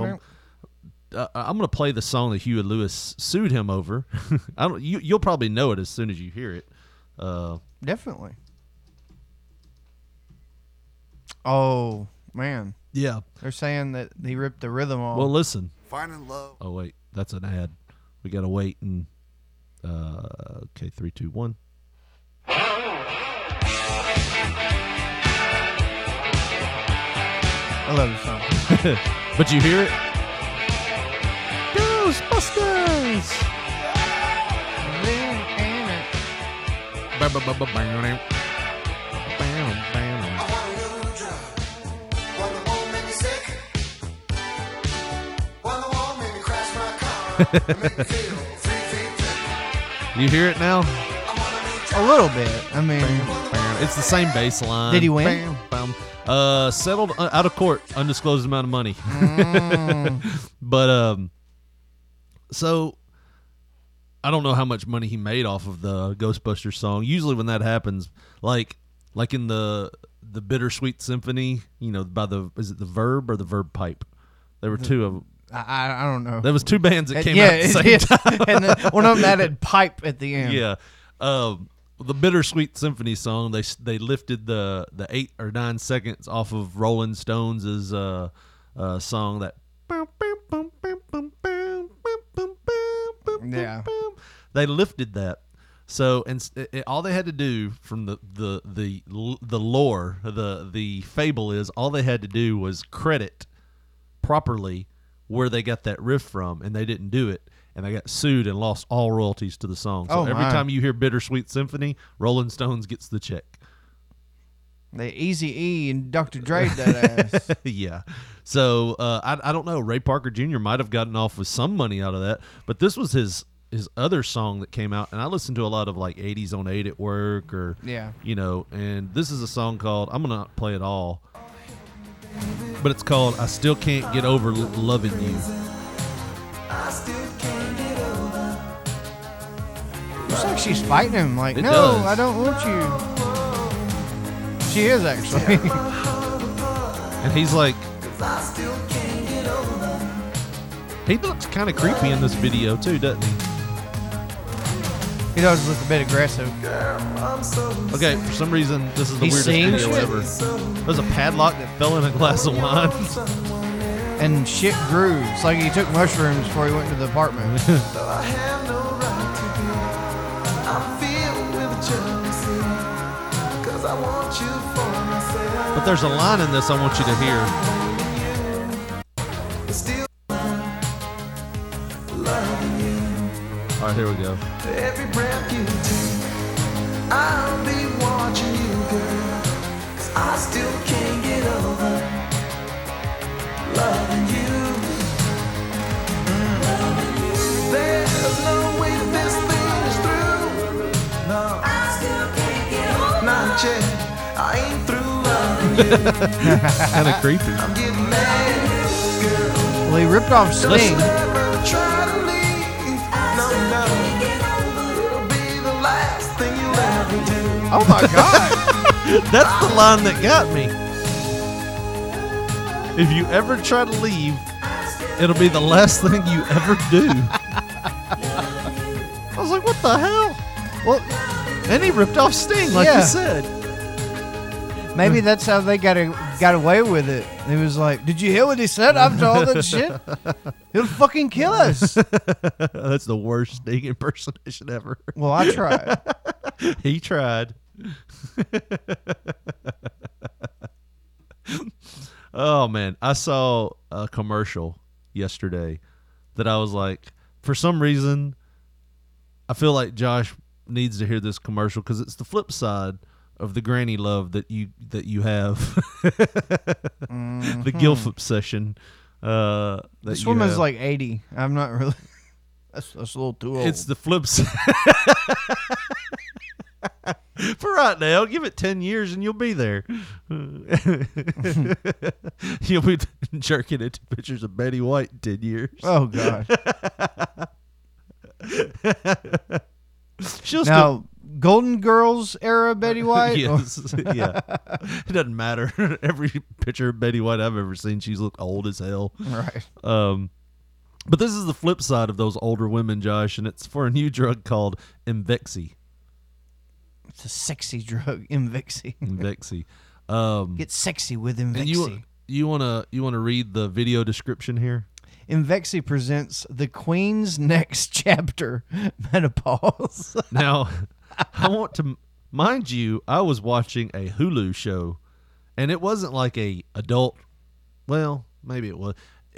C: Uh, I'm gonna play the song that Huey Lewis sued him over. [LAUGHS] I don't. You, you'll probably know it as soon as you hear it. Uh,
D: Definitely. Oh man,
C: yeah.
D: they're saying that he ripped the rhythm off.
C: Well, listen.
F: Finding love.
C: Oh wait, that's an ad. We gotta wait and uh okay, three, two, one.
D: I love the song.
C: But you hear it? Ghostbusters! You hear it now?
D: A little bit. I mean,
C: It's the same bass line.
D: Did he win?
C: Bam, bam. Uh, settled uh, out of court, undisclosed amount of money.
D: Mm.
C: [LAUGHS] but um, so I don't know how much money he made off of the Ghostbusters song. Usually, when that happens, like like in the the Bittersweet Symphony, you know, by the is it the Verb or the Verb Pipe? There were two of them.
D: I, I, I don't know.
C: There was two bands that came
D: yeah,
C: out
D: [LAUGHS]
C: at the same
D: it is.
C: time.
D: and then one of them added pipe at the end.
C: Yeah. Um, the Bittersweet Symphony song, they they lifted the the eight or nine seconds off of Rolling Stones' uh, uh, song that.
D: Yeah.
C: They lifted that So and s- it- it- all they had to do from the the the l- the lore the the fable is all they had to do was credit properly where they got that riff from, and they didn't do it, and they got sued and lost all royalties to the song. So
D: Oh,
C: every
D: my.
C: time you hear "Bittersweet Symphony," Rolling Stones gets the check. [LAUGHS]
D: They Easy E and Dr. Dre that ass.
C: yeah. So uh, I, I don't know. Ray Parker Jr. might have gotten off with some money out of that, but this was his his other song that came out, and I listened to a lot of like '80s on Eight at work, or
D: Yeah.
C: you know. And this is a song called I'm gonna not play it all, but it's called I still can't get over L- loving you.
D: Looks like she's fighting him. Like,
C: It
D: no,
C: does.
D: I don't want you. She is actually. [LAUGHS]
C: And he's like, he looks kind of creepy in this video too, doesn't he?
D: he does look a bit aggressive.
C: Okay, for some reason, this is the
D: He
C: weirdest
D: sings?
C: video ever. There's a padlock that fell in a glass of wine.
D: And shit grooves. Like he took mushrooms before he went to the apartment. [LAUGHS]
C: But there's a line in this I want you to hear. All right, here we go.
F: Mm.
C: Kind of creepy.
D: Well, he ripped off Sting.
C: [LAUGHS]
D: Oh my god!
C: That's the line that got me. If you ever try to leave, it'll be the last thing you ever do. I was like, what the hell? Well, and he ripped off Sting, like
D: Yeah.
C: you said.
D: Maybe that's how they got a, got away with it. He was like, "Did you hear what he said after all that shit? He'll fucking kill us."
C: Uh, That's the worst Sting impersonation ever.
D: Well, I tried.
C: he tried. oh man, I saw a commercial yesterday that I was like, for some reason, I feel like Josh needs to hear this commercial because it's the flip side of the granny love that you that you have, [LAUGHS] the gilf obsession. Uh, that
D: Mm-hmm. This
C: you
D: woman's
C: have.
D: like eighty. I'm not really. [LAUGHS] That's, that's a little too old.
C: It's the flip side. [LAUGHS] For right now, give it 10 years and you'll be there. [LAUGHS] you'll be [LAUGHS] jerking into pictures of Betty White in 10 years.
D: oh
C: [LAUGHS]
D: god.
C: She'll still. [LAUGHS]
D: Now, Golden Girls era Betty White.
C: Yes. [LAUGHS] yeah. It doesn't matter. [LAUGHS] Every picture of Betty White I've ever seen, she's looked old as hell.
D: Oh, [LAUGHS] Right.
C: Um, but this is the flip side of those older women, Josh, and it's for a new drug called Invexi.
D: It's a sexy drug, [LAUGHS] Invixi.
C: Invexi. Um,
D: Get sexy with Invexi.
C: And you you want to you want to read the video description here?
D: Invexi presents the Queen's next [LAUGHS] chapter, menopause. [LAUGHS]
C: Now, [LAUGHS] I want to mind you, I was watching a Hulu show, and it wasn't like a adult. Well, maybe it was.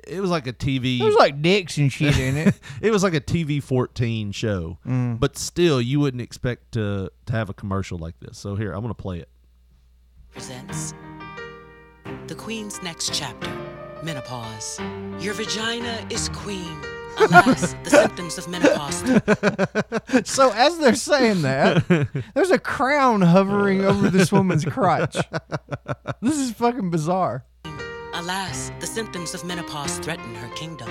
C: It was like a TV.
D: There's like dicks and shit
C: [LAUGHS]
D: in it.
C: it was like a TV fourteen show,
D: Mm.
C: but still, you wouldn't expect to to have a commercial like this. So here, I'm gonna play it. [LAUGHS]
F: presents The Queen's Next Chapter Menopause. Your vagina is queen. Alas, the symptoms of menopause.
D: so as they're saying
C: [LAUGHS]
D: that, there's a crown hovering over this woman's crotch. This is fucking bizarre.
F: Alas, the symptoms of menopause threaten her kingdom.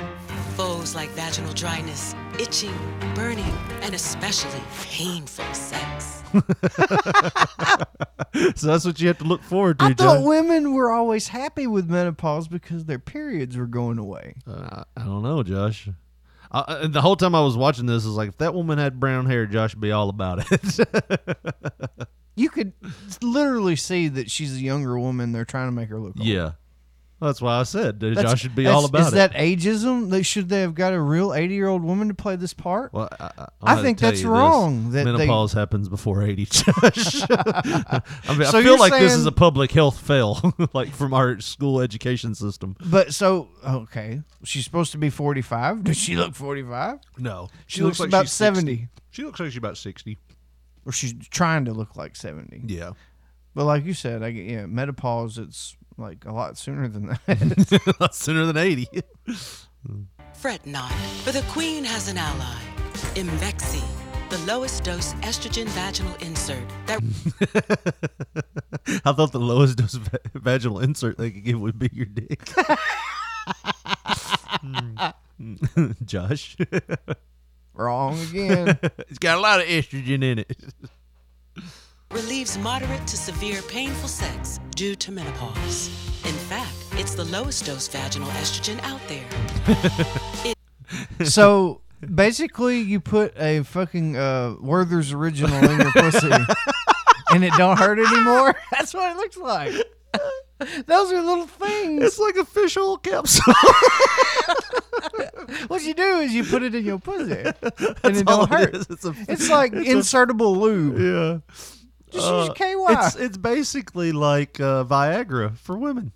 F: Foes like vaginal dryness, itching, burning, and especially painful sex.
C: So that's what you have to look forward to.
D: I
C: John.
D: thought women were always happy with menopause because their periods were going away.
C: Uh, I I don't know, Josh. I- I, and the whole time I was watching this, I was like, if that woman had brown hair, Josh would be all about it. [LAUGHS]
D: You could literally see that she's a younger woman. They're trying to make her look. Old.
C: yeah. That's why I said that
D: That's-
C: y'all should be
D: that's-
C: all about
D: Is
C: it.
D: that ageism? They, should they have got a real eighty-year-old woman to play this part?
C: well, I, I-
D: I
C: I'm gonna
D: think
C: tell
D: that's
C: you this.
D: wrong that they-
C: Menopause happens before eighty. [LAUGHS] Josh. I, mean,
D: So
C: I
D: you're
C: feel like this is
D: saying-
C: a public health fail, [LAUGHS] like from our school education system.
D: But so okay, she's supposed to be forty-five. Does she look forty-five?
C: No,
D: She looks about
C: she's
D: 70.
C: She looks like she's about sixty.
D: Or she's trying to look like seventy?
C: Yeah, [LAUGHS]
D: But like you said, I get yeah, menopause. It's like a lot sooner than that. [LAUGHS]
C: sooner than eighty. [LAUGHS]
F: Fret not, for the queen has an ally. Imvexi, the lowest dose estrogen vaginal insert that
C: I thought the lowest dose va- vaginal insert they could give would be your dick. [LAUGHS] Mm. [LAUGHS] Josh,
D: Wrong again.
C: it's got a lot of estrogen in it.
F: relieves moderate to severe painful sex due to menopause. In fact, it's the lowest dose vaginal estrogen out there.
D: so basically, you put a fucking uh, Werther's original in your pussy, and it don't hurt anymore. [LAUGHS] That's what it looks like. Those are little things.
C: It's like a fish oil capsule.
D: What you do is you put it in your pussy,
C: [LAUGHS]
D: and it
C: all
D: don't
C: it
D: hurt.
C: is. It's a-
D: It's like
C: it's a-
D: insertable lube.
C: yeah.
D: Just
C: Uh,
D: use KY.
C: It's it's basically like uh, Viagra for [LAUGHS] women.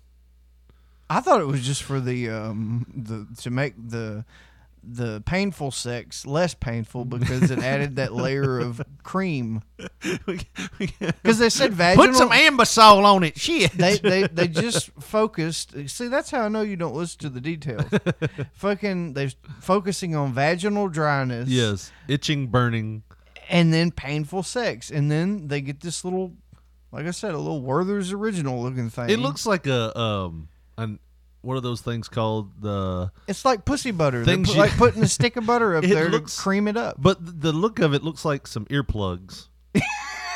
D: I thought it was just for the um the to make the the painful sex less painful because it added that layer of cream. Because they said vaginal.
C: Put some ambisol on it. Shit. [LAUGHS]
D: they, they they just focused. See, that's how I know you don't listen to the
C: [LAUGHS]
D: details. Fucking, they're focusing on vaginal dryness.
C: yes, itching, burning.
D: and then painful sex, and then they get this little, like I said, a little Werther's original looking thing.
C: It looks like a um an what are those things called the
D: it's like pussy butter. They
C: Things
D: put,
C: you-
D: like putting a
C: [LAUGHS]
D: stick of butter up
C: It
D: there
C: looks-
D: to cream it up.
C: but th- the look of it looks like some
D: [LAUGHS]
C: earplugs.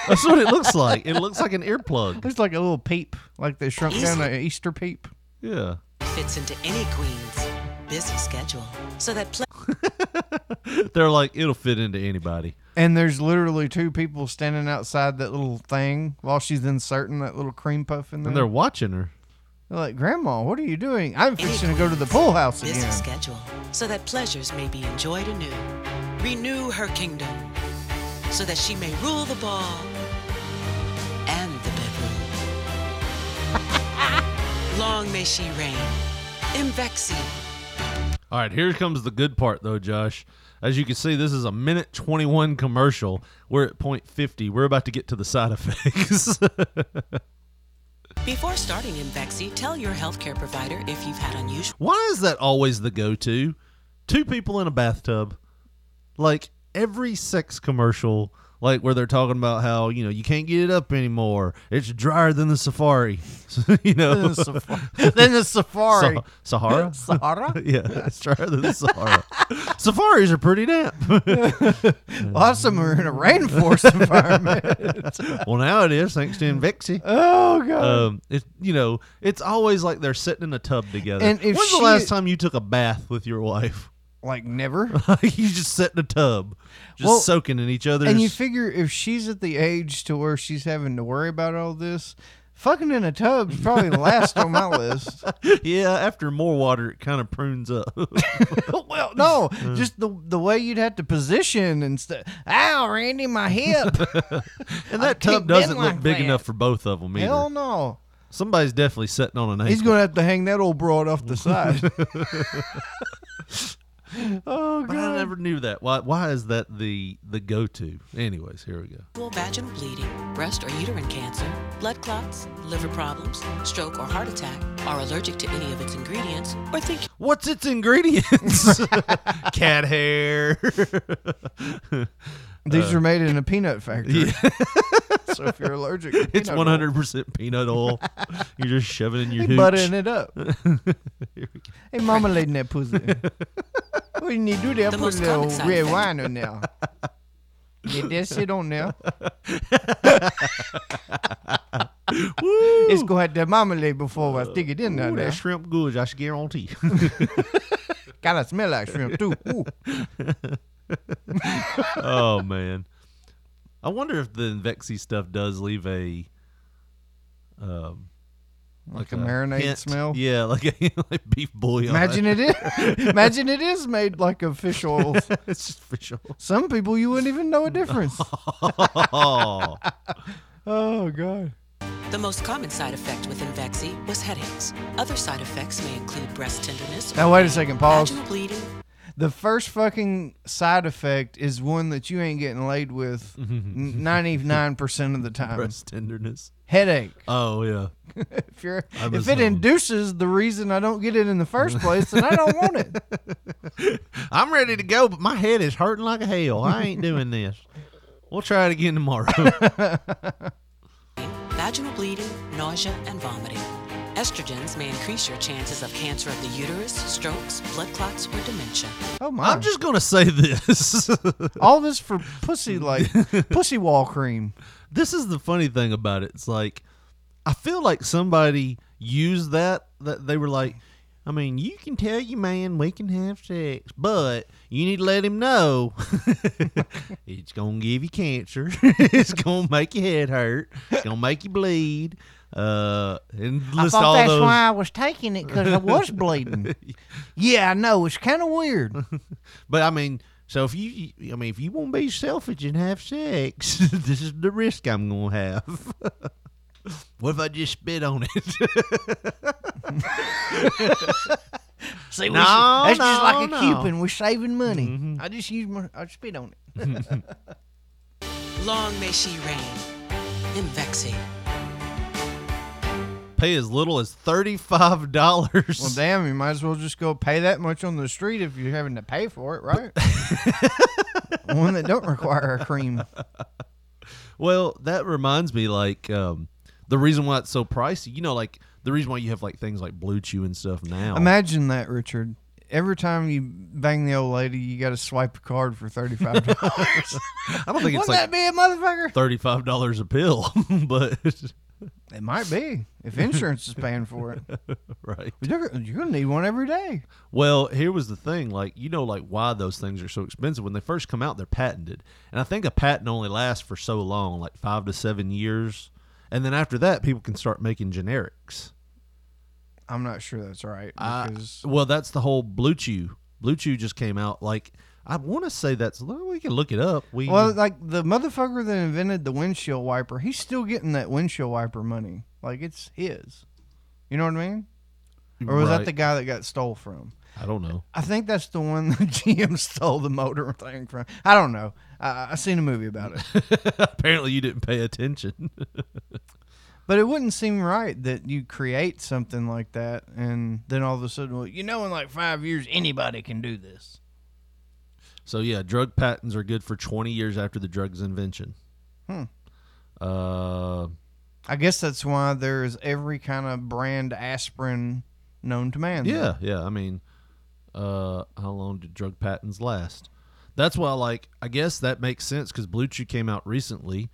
C: That's what it looks like. It looks like an earplug.
D: Looks like a little peep, like they shrunk down an Easter peep.
C: Yeah.
F: Fits into any queen's busy schedule so that plenty
C: They're like it'll fit into anybody.
D: And there's literally two people standing outside that little thing while she's inserting that little cream puff in there.
C: And they're watching her.
D: They're like, Grandma, what are you doing? I'm fixing to go to the pool house
F: busy
D: again. [LAUGHS]
F: schedule so that pleasures may be enjoyed anew. Renew her kingdom so that she may rule the ball and the bedroom. [LAUGHS] Long may she reign. Imvexi,
C: All right, here comes the good part though, Josh. As you can see, this is a minute 21 commercial. We're at point 50. We're about to get to the side [LAUGHS] effects.
F: Before starting Invexi, tell your healthcare provider if you've had unusual
C: Why is that always the go to? Two people in a bathtub. Like every sex commercial, like where they're talking about how, you know, you can't get it up anymore. It's drier than the safari. [LAUGHS] you know,
D: Then the safari. then the safari.
C: Sa- Sahara?
D: [LAUGHS] Sahara?
C: [LAUGHS] yeah, it's drier than the Sahara. Safaris are pretty damp. [LAUGHS]
D: Lots of them are in a rainforest environment.
C: well, now it is, thanks to Invexi.
D: oh, God.
C: Um, it you know, it's always like they're sitting in a tub together.
D: And if
C: When's
D: she-
C: the last time you took a bath with your wife? [LAUGHS]
D: like, never.
C: you just sit in a tub, just
D: Well,
C: soaking in each other's.
D: And you figure if she's at the age to where she's having to worry about all this, fucking in a tub's probably last on my
C: [LAUGHS]
D: list.
C: yeah, after more water, it kind of prunes
D: [LAUGHS]
C: up. [LAUGHS]
D: well, [LAUGHS] no,
C: uh.
D: just the the way you'd have to position and stuff. Ow, Randy, my hip.
C: [LAUGHS] and that
D: can't
C: tub
D: bend
C: doesn't look
D: like
C: big
D: that.
C: enough for both of them either.
D: Hell no.
C: Somebody's definitely sitting on an ankle.
D: He's gonna have to hang that old broad
C: [LAUGHS]
D: off the side. oh
C: but I
D: god.
C: never knew that. Why? Why is that the the go to? Anyways, here we go.
F: vaginal bleeding, breast or uterine cancer, blood clots, liver problems, stroke or heart attack, are allergic to any of its ingredients, or think
C: What's its ingredients? [LAUGHS] Cat hair.
D: These
C: Uh,
D: are made in a
C: [LAUGHS]
D: peanut factory. [LAUGHS] so if you're allergic, to
C: it's
D: peanut
C: one hundred percent peanut oil. You're just shoving it in your
D: oil, they
C: hooch.
D: buttering
C: [LAUGHS]
D: it up. hey, mama, laid in that pussy. we need to do that.
F: The
D: Put
F: most
D: a little
F: common side
D: red
F: effect.
D: wine
C: [LAUGHS]
D: on there. Get that shit on there. It's gonna have to marmalade before I stick it in there.
C: Ooh,
D: now.
C: that shrimp good. I should
D: [LAUGHS]
C: guarantee.
D: Gotta smell like
C: [LAUGHS]
D: shrimp too. Ooh.
C: oh man, I wonder if the Invexi stuff does leave a um,
D: like,
C: a
D: a marinade
C: hint.
D: smell.
C: Yeah, like, a, [LAUGHS] like beef bouillon.
D: Imagine it is. imagine it is made like of fish
C: [LAUGHS]
D: oil.
C: it's just for sure.
D: Some people you wouldn't even know a [LAUGHS] difference.
C: Oh,
D: oh god.
F: The most common side effect with Invexi was headaches. Other side effects may include breast tenderness,
D: Now wait a second. Pause.
F: vaginal bleeding,
D: The first fucking side effect is one that you ain't getting laid [LAUGHS] with ninety nine percent of the time.
C: breast tenderness.
D: Headache.
C: Oh yeah.
D: If you're,
C: I'm
D: if
C: just
D: it
C: home.
D: induces the reason I don't get it in the [LAUGHS] first place, then I don't want it.
C: I'm ready to go, but my head is hurting like hell. I ain't doing this. We'll try it again
D: [LAUGHS]
C: tomorrow.
F: vaginal bleeding, nausea, and vomiting. Estrogens may increase your chances of cancer of the uterus, strokes, blood clots, or dementia.
D: Oh my!
C: I'm just gonna say this. [LAUGHS]
D: all this for pussy [LAUGHS] like pussy wall cream.
C: this is the funny thing about it. It's like I feel like somebody used that that they were like, I mean, you can tell your man we can have sex, but you need to let him know [LAUGHS] it's gonna give you cancer. [LAUGHS] it's gonna make your head hurt. It's gonna make you bleed. Uh, and list all those.
D: I was taking it because I was bleeding. [LAUGHS] yeah, I know. It's kind of weird.
C: But I mean, so if you, I mean, if you want to be selfish and have sex, [LAUGHS] this is the risk I'm gonna have. [LAUGHS] what if I just spit on it? [LAUGHS]
D: See,
C: No,
D: that's
C: no,
D: just like a
C: no. Mm-hmm.
D: coupon. We're saving money. I just use my. I spit on it.
F: Long may she reign. Invexi.
C: Pay as little as thirty five dollars.
D: Well, damn, you might as well just go pay that much on the street if you're having to pay for it, [LAUGHS] right? One that don't require a cream.
C: Well, that reminds me, like, um, the reason why it's so pricey. You know, like the reason why you have like things like Blue Chew and stuff now.
D: Imagine that, Richard. Every time you bang the old lady, you got to swipe a card for thirty five [LAUGHS] dollars.
C: I don't think
D: Wouldn't
C: it's like
D: that be a motherfucker?
C: thirty five dollars a pill, [LAUGHS] but
D: It might be if insurance is paying for it.
C: [LAUGHS] right.
D: You're, you're gonna need one every day.
C: Well, here was the thing, like you know, like why those things are so expensive. When they first come out, they're patented, and I think a patent only lasts for so long, like five to seven years, and then after that, people can start making generics.
D: I'm not sure that's right
C: I-
D: because
C: well, that's the whole Blue Chew. Blue Chew just came out. Like I want to say that's well, we can look it up. We
D: well, like the motherfucker that invented the windshield wiper, he's still getting that windshield wiper money. Like it's his. You know what I mean? Or was that
C: Right.
D: the guy that got stole from?
C: I don't know. [LAUGHS]
D: I think that's the one [LAUGHS] that GM stole the motor thing from. I don't know. I, I seen a movie about it.
C: [LAUGHS] Apparently, you didn't pay attention. [LAUGHS]
D: But it wouldn't seem right that you create something like that and then all of a sudden, well, you know, in like five years, anybody can do this.
C: So yeah, drug patents are good for twenty years after the drug's invention. Hmm. Uh,
D: I guess that's why there is every kind of brand aspirin known to man. then.
C: yeah, yeah. I mean, uh, how long do drug patents last? That's why, like, I guess that makes sense because Blue Chew came out recently.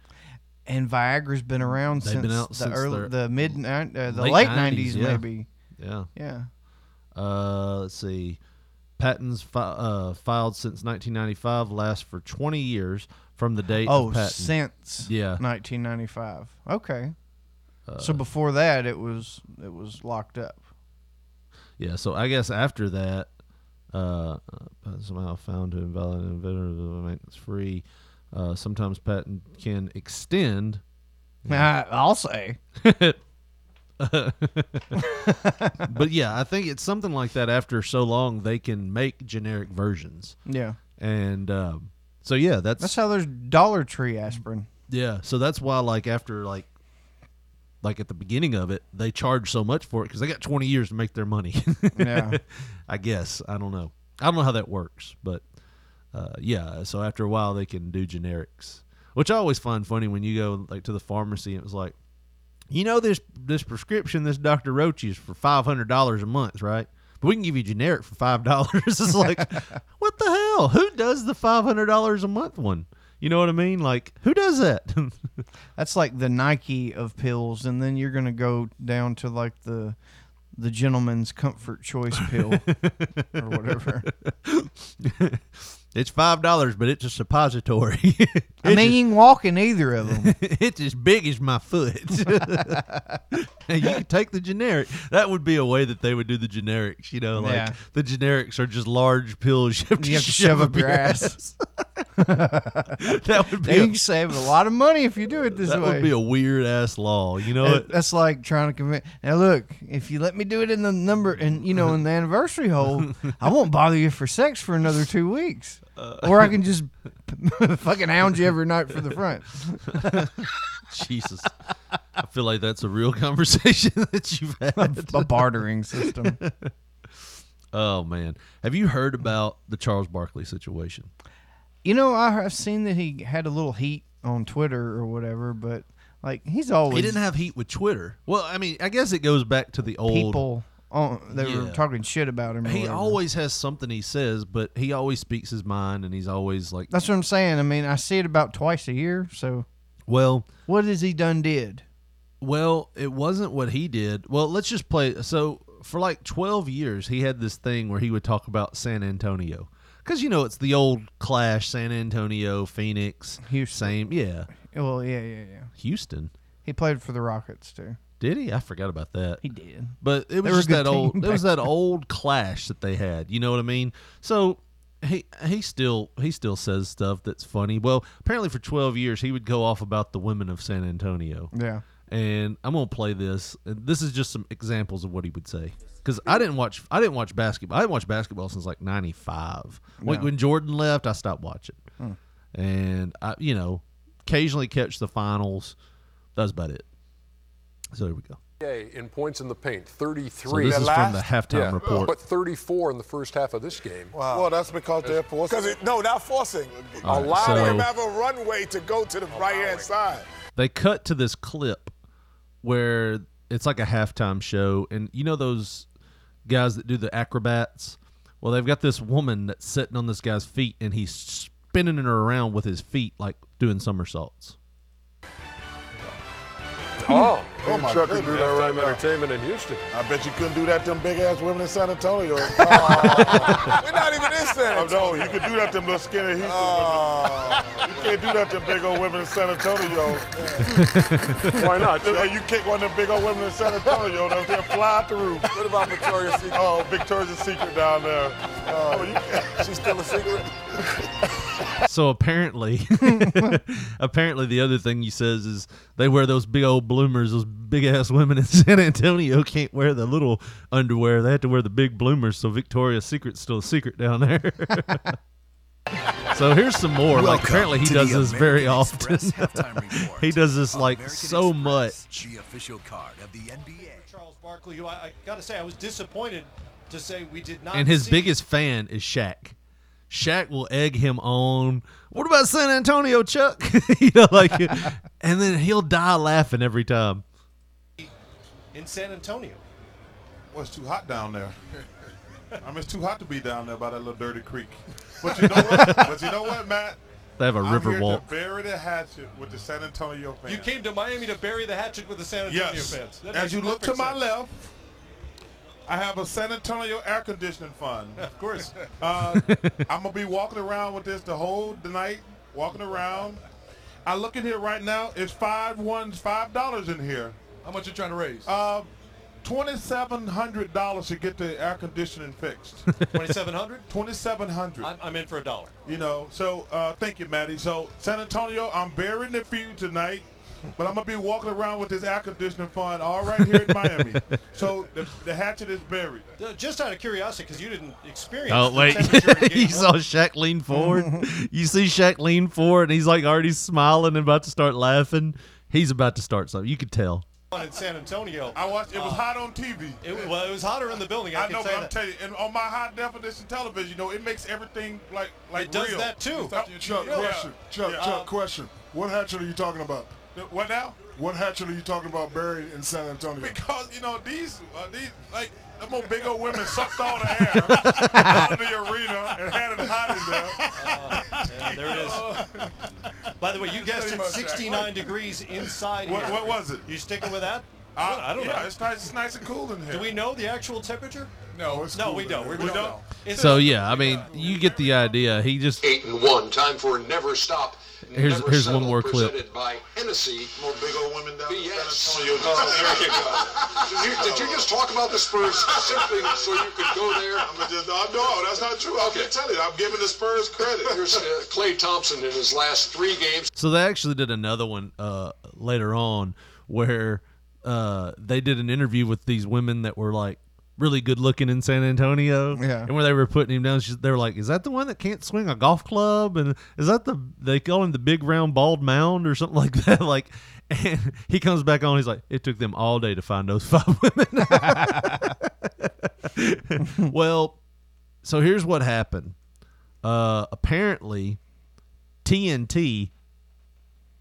D: And Viagra's been around
C: Mm. They've
D: since
C: been out
D: the
C: since
D: early,
C: their-
D: the mid, nin- uh, the
C: late
D: late,
C: 90s,
D: 90s,
C: yeah.
D: maybe.
C: Yeah.
D: Yeah.
C: Uh, let's see. Patents fi- uh, filed since 1995 last for 20 years from the date
D: Oh,
C: of patent.
D: since
C: Yeah. Uh,
D: 1995. Okay. so before that, it was it was locked up.
C: Yeah, so I guess after that, uh, uh, somehow found to invalid inventor of the maintenance free. Uh, sometimes patent can extend.
D: I, [LAUGHS] I'll say.
C: But yeah, I think it's something like that. After so long, they can make generic versions,
D: Yeah.
C: and um, so yeah, that's,
D: That's how there's Dollar Tree aspirin.
C: yeah. So that's why, like after like, like at the beginning of it, they charge so much for it because they got twenty years to make their money. [LAUGHS]
D: Yeah.
C: I guess I don't know. I don't know how that works, but uh, yeah. So after a while, they can do generics, which I always find funny when you go like to the pharmacy. and It was like, you know, this this prescription this doctor wrote you is for five hundred dollars a month, right? But we can give you generic for five [LAUGHS] dollars. it's
D: [LAUGHS]
C: like, what the hell? Who does the five hundred dollars a month one? You know what I mean? Like, who does that? [LAUGHS]
D: That's like the Nike of pills, and then you're gonna go down to like the
C: [LAUGHS]
D: the gentleman's comfort choice pill or whatever.
C: It's five dollars, but it's a suppository. [LAUGHS] it's,
D: I mean, you can walk in either of them.
C: as, it's as big as my foot. [LAUGHS] And you could take the generic. That would be a way that they would do the generics. You know, like
D: Yeah.
C: the generics are just large pills you [LAUGHS] have to,
D: You have to shove up your ass.
C: [LAUGHS] that would be.
D: you
C: A,
D: can save a lot of money if you do it this
C: that
D: way.
C: would be a weird ass law. You know
D: That-
C: what?
D: That's like trying to convince. Now look, if you let me do it in the number and you know in the
C: [LAUGHS]
D: anniversary hole, I won't bother you for sex for another two weeks,
C: Uh.
D: or I can just [LAUGHS] fucking hound you every night for the
C: [LAUGHS]
D: front.
C: Jesus, I feel like that's a real [LAUGHS] conversation that you've had.
D: A bartering system.
C: Oh man, have you heard about the Charles Barkley situation?
D: You know, I, I've seen that he had a little heat on Twitter or whatever, but like he's always
C: He didn't have heat with Twitter. Well, I mean, I guess it goes back to the old
D: people. On, they were
C: Yeah.
D: talking shit about him. or
C: He
D: whatever.
C: always has something he says, but he always speaks his mind, and he's always like,
D: That's what I'm saying. I mean, I see it about twice a year. So
C: "Well,
D: what has he done? Did
C: well, it wasn't what he did." Well, let's just play. So for like twelve years, he had this thing where he would talk about San Antonio, because you know it's the old clash: San Antonio, Phoenix,
D: Houston.
C: same, yeah,
D: Well, yeah, yeah, yeah.
C: Houston.
D: He played for the Rockets too.
C: Did he? I forgot about that.
D: He did.
C: But it was
D: were a
C: just
D: good
C: that old.
D: team
C: It was
D: back
C: that old clash that they had. You know what I mean? So he he still he still says stuff that's funny. Well, apparently for twelve years he would go off about the women of San Antonio.
D: Yeah.
C: And I'm gonna play this. And This is just some examples of what he would say. Because I didn't watch I didn't watch basketball. I didn't watch basketball since like '95. Like when Jordan left, I stopped watching. And I you know occasionally catch the finals. That's about it. So there we go.
G: in points in the paint,
C: So
G: 33.
C: this is from the halftime
G: Yeah,
C: report.
G: But 34 in the first half of this game.
H: Well, that's because they're forcing. no, not forcing.
C: All right,
H: Allowing
C: so-
H: him have a runway to go to the right hand side.
C: they cut to this clip where it's like a halftime show and you know those guys that do the acrobats well they've got this woman that's sitting on this guy's feet and he's spinning her around with his feet like doing somersaults
G: Oh,
H: Oh, my
G: Chuck could do that right
H: goodness.
G: entertainment in Houston.
H: I bet you couldn't do that to them big ass women in San Antonio. [LAUGHS] Oh, we're not even in San Antonio. no, you could do that to them little skinny Houston women. You can't do that to them big old women in San Antonio.
G: Why not?
H: you kick one of them big old women in San Antonio, they'll, they'll fly through. What about Victoria's Secret? [LAUGHS] Oh, Victoria's Secret down there. Oh, you can't. She's still a secret?
C: so apparently [LAUGHS] apparently the other thing he says is they wear those big old bloomers those big ass women in [LAUGHS] san antonio can't wear the little underwear they have to wear the big bloomers so victoria's secret's still a secret down there [LAUGHS] so here's some more like apparently he does this very often [LAUGHS] he does this like so much
I: Charles Barkley, who I, I got to say, I was disappointed to say we did not.
C: and his
I: see-
C: biggest fan is Shaq. Shaq will egg him on. What about San Antonio, Chuck? [LAUGHS] you know, like, and then he'll die laughing every time.
I: in San Antonio.
H: Well, it's too hot down there. I mean, it's too hot to be down there by that little dirty creek. But you know what? but you know what, Matt?
C: They have a
H: I'm
C: river
H: here
C: walk.
H: to bury the hatchet with the San Antonio fans.
I: You came to Miami to bury the hatchet with the San Antonio
H: yes.
I: fans. That
H: As
I: makes
H: you look to
I: perfect
H: my
I: sense.
H: left, I have a San Antonio air conditioning fund.
I: of course.
H: Uh, I'm gonna be walking around with this the whole night, walking around. I look in here right now. It's five ones, five dollars in here.
I: How much you trying to raise?
H: Uh, Twenty-seven hundred dollars to get the air conditioning fixed.
I: Twenty-seven hundred.
H: Twenty-seven hundred.
I: I'm, I'm in for a dollar.
H: You know, so uh, thank you, Maddie. So San Antonio, I'm burying it for you tonight, but I'm gonna be walking around with this air conditioning fund all right here in [LAUGHS] Miami. So the, the hatchet is buried.
I: Uh, Just out of curiosity, because you didn't experience.
C: Oh
I: the
C: wait, [LAUGHS]
I: temperature of the
C: you
I: game.
C: saw Shaq lean forward. you see Shaq lean forward, and he's like already smiling and about to start laughing. He's about to start something. You could tell.
I: in San Antonio.
H: I watched. It was hot on TV.
I: It, wa- well, it was hotter in the building. I,
H: I
I: can
H: know,
I: say
H: but I'm
I: that.
H: telling you, and on my high definition television, you know, it makes everything like like
I: It does
H: real.
I: that too.
H: Chuck,
I: question.
H: Chuck,
I: Chuck,
H: question. What hatchet are you talking about? What now? What hatchet are you talking about buried in San Antonio? Because you know these, uh, these like them old big old women sucked all the air out of the arena and had it hot in there.
I: Yeah, there it is. By the way, you guessed it, 69 degrees inside.
H: What,
I: here.
H: what was it?
I: You sticking with that?
H: Uh,
I: I don't
H: yeah,
I: know.
H: It's nice, it's nice and cool in here.
I: Do we know the actual temperature?
H: No, it's
I: no,
H: cool
I: we
H: in
I: don't.
H: here.
I: We,
H: We
I: don't.
H: don't.
I: know. It's
C: So yeah, I mean, you get the idea. He just
J: Eight and one. Time for never stop.
C: Here's-
J: never
C: here's one
J: settle,
C: more clip.
J: Presented by Hennessy. More big old women down BS.
H: Antonio.
J: Oh, there you go. Did you, did you just talk about the Spurs simply so you could go there? I'm just, no, that's not true. I'm just telling you, I'm giving the Spurs credit. Here's uh, Clay Thompson in his last three games.
C: So they actually did another one uh, later on where uh, they did an interview with these women that were like really good looking in San Antonio.
D: Yeah.
C: And where they were putting him down, she's, they were like, "Is that the one that can't swing a golf club?" And is that the they call him the big round bald mound or something [LAUGHS] like that? Like. And he comes back on. He's like, "It took them all day to find those five [LAUGHS] women." well, so here's what happened. Uh, apparently, TNT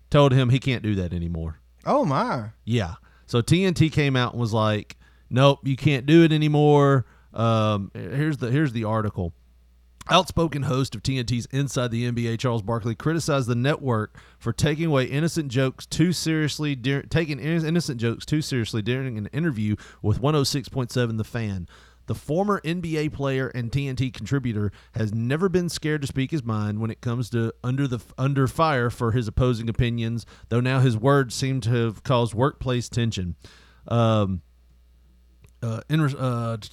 C: told him he can't do that anymore.
D: Oh my.
C: Yeah. So TNT came out and was like, "Nope, you can't do it anymore." Um, here's the here's the article. Outspoken host of TNT's Inside the NBA, Charles Barkley, criticized the network for taking away innocent jokes too seriously, dur- taking in- innocent jokes too seriously during an interview with 106.7 The Fan. The former NBA player and TNT contributor has never been scared to speak his mind when it comes to under the under fire for his opposing opinions, though now his words seem to have caused workplace tension. Um, uh, in, res- uh, [LAUGHS]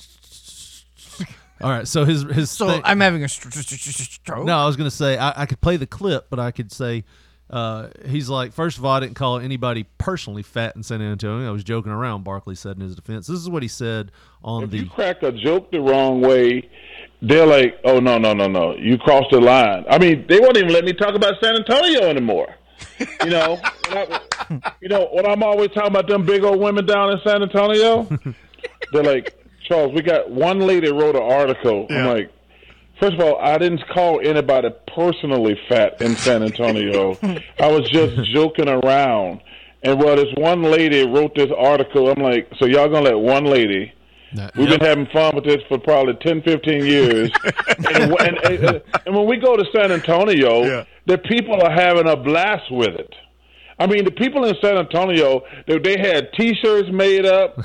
C: all right, so his his
D: So
C: thing-
D: I'm having a str- str- str- str- stroke.
C: no, I was gonna say I, I could play the clip, but I could say uh, he's like, first of all, I didn't call anybody personally fat in San Antonio. I was joking around. Barkley said in his defense. This is what he said on the.
K: crack a joke the wrong way, they're like, "Oh no, no, no, no! You crossed the line." I mean, they won't even let me talk about San Antonio anymore. You know, when I, [LAUGHS] you know when I'm always talking about them big old women down in San Antonio. They're like, "Charles, we got one lady wrote an article." I'm like, first of all, I didn't call anybody personally fat in San Antonio. I was just joking around." And well, this one lady wrote this article. I'm like, so y'all gonna let one lady? We've been having fun with this for probably 10, 15 years. and, w- and, and, and when we go to San Antonio, the people are having a blast with it. I mean, the people in San Antonio, they, they had T-shirts made up.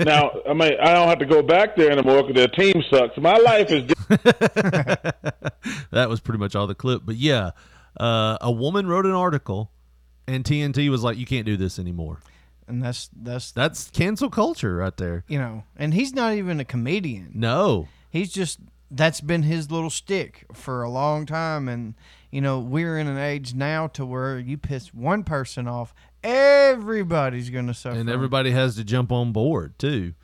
K: now, I mean, I don't have to go back there anymore because their team sucks. My life is
C: that was pretty much all the clip. But yeah, uh, a woman wrote an article, and TNT was like, "You can't do this anymore."
D: And that's that's
C: that's cancel culture right there.
D: you know, and he's not even a comedian.
C: No,
D: he's just that's been his little stick for a long time, and you know we're in an age now to where you piss one person off, everybody's gonna suffer.
C: and everybody has to jump on board too.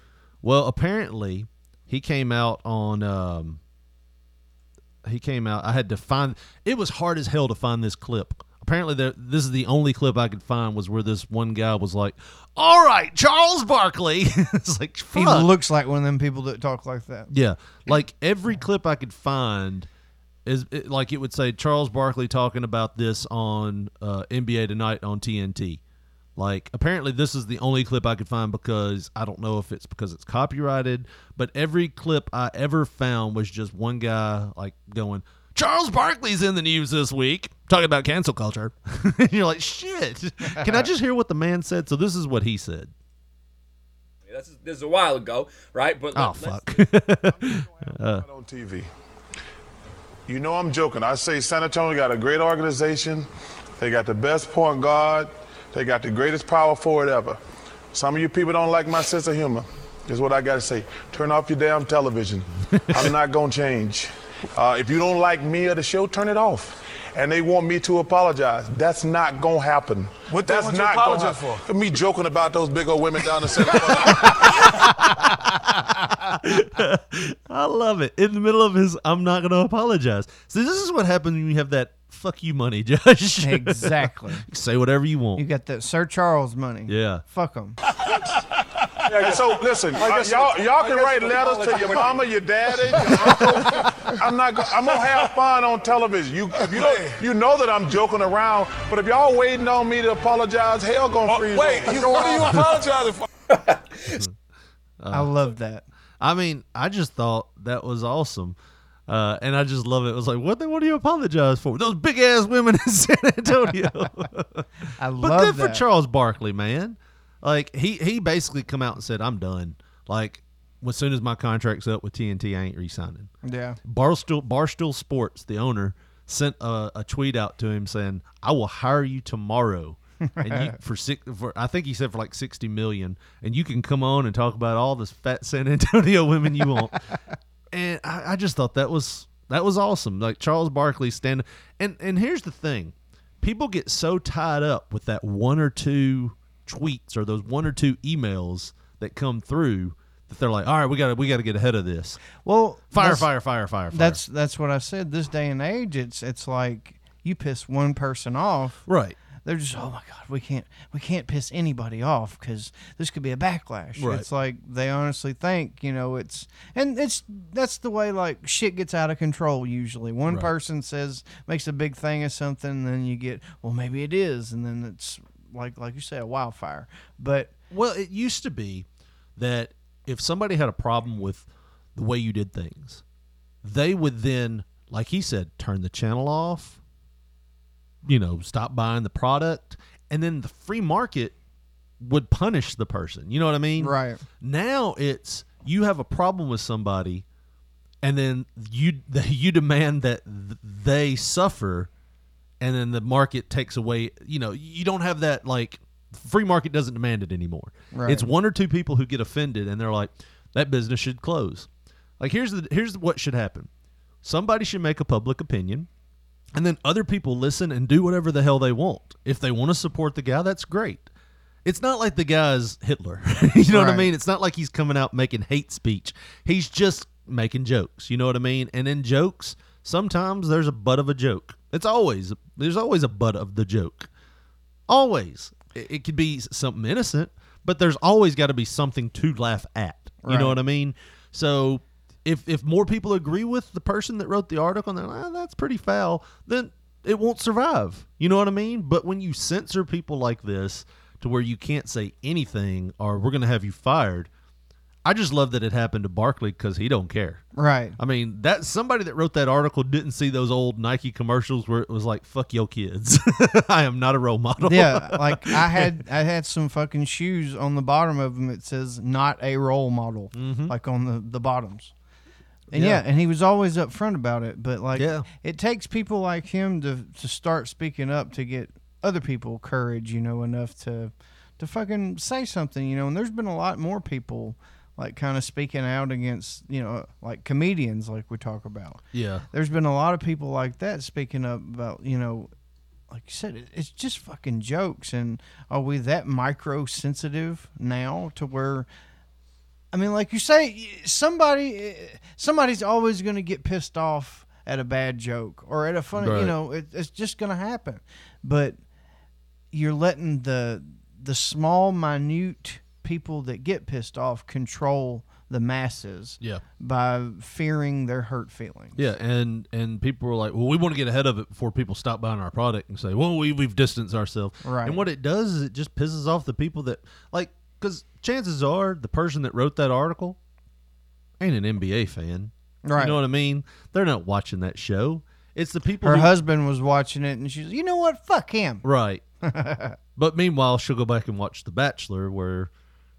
C: Well, apparently he came out on um he came out I had to find it was hard as hell to find this clip. Apparently there this is the only clip I could find was where this one guy was like, "All right, Charles Barkley." [LAUGHS] it's like
D: he
C: fuck.
D: looks like one of them people that talk like that.
C: Yeah, like every clip I could find is it, like it would say Charles Barkley talking about this on uh, NBA Tonight on TNT. Like apparently this is the only clip I could find because I don't know if it's because it's copyrighted, but every clip I ever found was just one guy like going, "Charles Barkley's in the news this week." Talking about cancel culture, [LAUGHS] and you're like, "Shit!" Can I just hear what the man said? So this is what he said.
L: That's this is a while ago, right? But
C: Oh
L: let- let's-
C: fuck!
L: [LAUGHS]
C: Uh,
H: on TV. You know I'm joking. I say San Antonio got a great organization. They got the best point guard. They got the greatest power forward ever. Some of you people don't like my sense of humor. Is what I gotta say. Turn off your damn television. I'm not gonna change. Uh, if you don't like me or the show, turn it off. And they want me to apologize. That's not gonna happen. What
G: they
H: That's
G: want you to
H: gonna
G: apologize
H: happen. Me joking about those big old women down the center.
C: [LAUGHS] I love it. In the middle of his, I'm not going to apologize. So this is what happens when you have that fuck you money, [LAUGHS] Josh.
D: [LAUGHS] Exactly.
C: Say whatever you want.
D: You got that Sir Charles money.
C: yeah. Uh.
D: Fuck him.
H: And so listen,
G: I
H: uh,
G: guess-
H: y'all y'all
G: I
H: can
G: guess
H: write
G: we
H: letters to
G: apologize.
H: your mama, your daddy, your uncle. I'm not. Go- I'm gonna have fun on television. You you know you know that I'm joking around, but if y'all waiting on me to apologize, hell gonna freeze.
G: Oh, wait,
H: over.
G: you- what are you apologizing for?
D: I love that.
C: I mean, I just thought that was awesome. Uh, and I just love it. It was like, what? the- What do you apologize for? Those big
D: [LAUGHS]
C: ass women in [LAUGHS] San Antonio.
D: I love
C: but good for
D: that.
C: Charles Barkley, man. Like he he basically come out and said, "I'm done." Like as soon as my contract's up with TNT, I ain't re-signing.
D: Yeah.
C: Barstool Barstool Sports, the owner, sent a, a tweet out to him saying, "I will hire you tomorrow." and
D: [LAUGHS]
C: you for six for I think he said for like 60 million and you can come on and talk about all this fat San Antonio women you
D: [LAUGHS]
C: want. and I, I just thought that was that was awesome. Like Charles Barkley stand and and here's the thing. People get so tied up with that one or two tweets or those one or two emails that come through that they're like, "All right, we got to we got to get ahead of this."
D: Well,
C: fire
D: that's-
C: fire fire fire fire.
D: That's that's what I said. This day and age, it's it's like you piss one person off,
C: Right.
D: They're just oh my god, we can't we can't piss anybody off because this could be a backlash.
C: Right.
D: It's like they honestly think you know it's and it's that's the way like shit gets out of control usually. One
C: Right.
D: person says makes a big thing of something, and then you get well maybe it is, and then it's like like you say a wildfire. But
C: Well, it used to be that if somebody had a problem with the way you did things, they would then, like he said, turn the channel off, you know, stop buying the product, and then the free market would punish the person. You know what I mean?
D: Right.
C: Now it's you have a problem with somebody and then you [LAUGHS] you demand that th- they suffer and then the market takes away you know you don't have that like free market doesn't demand it anymore
D: Right.
C: it's one or two people who get offended and they're like that business should close like here's the here's what should happen somebody should make a public opinion and then other people listen and do whatever the hell they want if they want to support the guy that's great it's not like the guy's hitler [LAUGHS] you know what i
D: Right.
C: mean it's not like he's coming out making hate speech he's just making jokes you know what i mean and in jokes sometimes there's a butt of a joke it's always there's always a butt of the joke always it, it could be something innocent but there's always got to be something to laugh at you
D: Right.
C: know what i mean so if if more people agree with the person that wrote the article and they're like ah, that's pretty foul then it won't survive you know what i mean but when you censor people like this to where you can't say anything or we're going to have you fired i just love that it happened to barkley because he don't care
D: right.
C: I mean, that somebody that wrote that article didn't see those old Nike commercials where it was like "fuck your kids." [LAUGHS] I am not a role [LAUGHS] model.
D: yeah, like I had I had some fucking shoes on the bottom of them. It says not a role model, like on the the bottoms. And
C: Yeah.
D: yeah. and he was always upfront about it. But like,
C: Yeah.
D: it takes people like him to to start speaking up to get other people courage, you know, enough to to fucking say something, you know. And there's been a lot more people like kind of speaking out against, you know, like comedians, like we talk about
C: yeah,
D: there's been a lot of people like that speaking up about you know like you said it, it's just fucking jokes and are we that micro sensitive now to where i mean like you say y- somebody eh, somebody's always going to get pissed off at a bad joke or at a funny you
C: Right.
D: know it, it's just going to happen but you're letting the the small minute people that get pissed off control the masses
C: Yeah.
D: by fearing their hurt feelings
C: yeah. And and people were like, "Well, we want to get ahead of it before people stop buying our product and say, well, we we've distanced ourselves.'"
D: Right.
C: And what it does is it just pisses off the people that like because chances are the person that wrote that article ain't an NBA fan.
D: Right.
C: You know what I mean? They're not watching that show. It's the people
D: her
C: who-
D: husband was watching it and she's you know what fuck him [LAUGHS]
C: Right. but meanwhile, she'll go back and watch The Bachelor, where,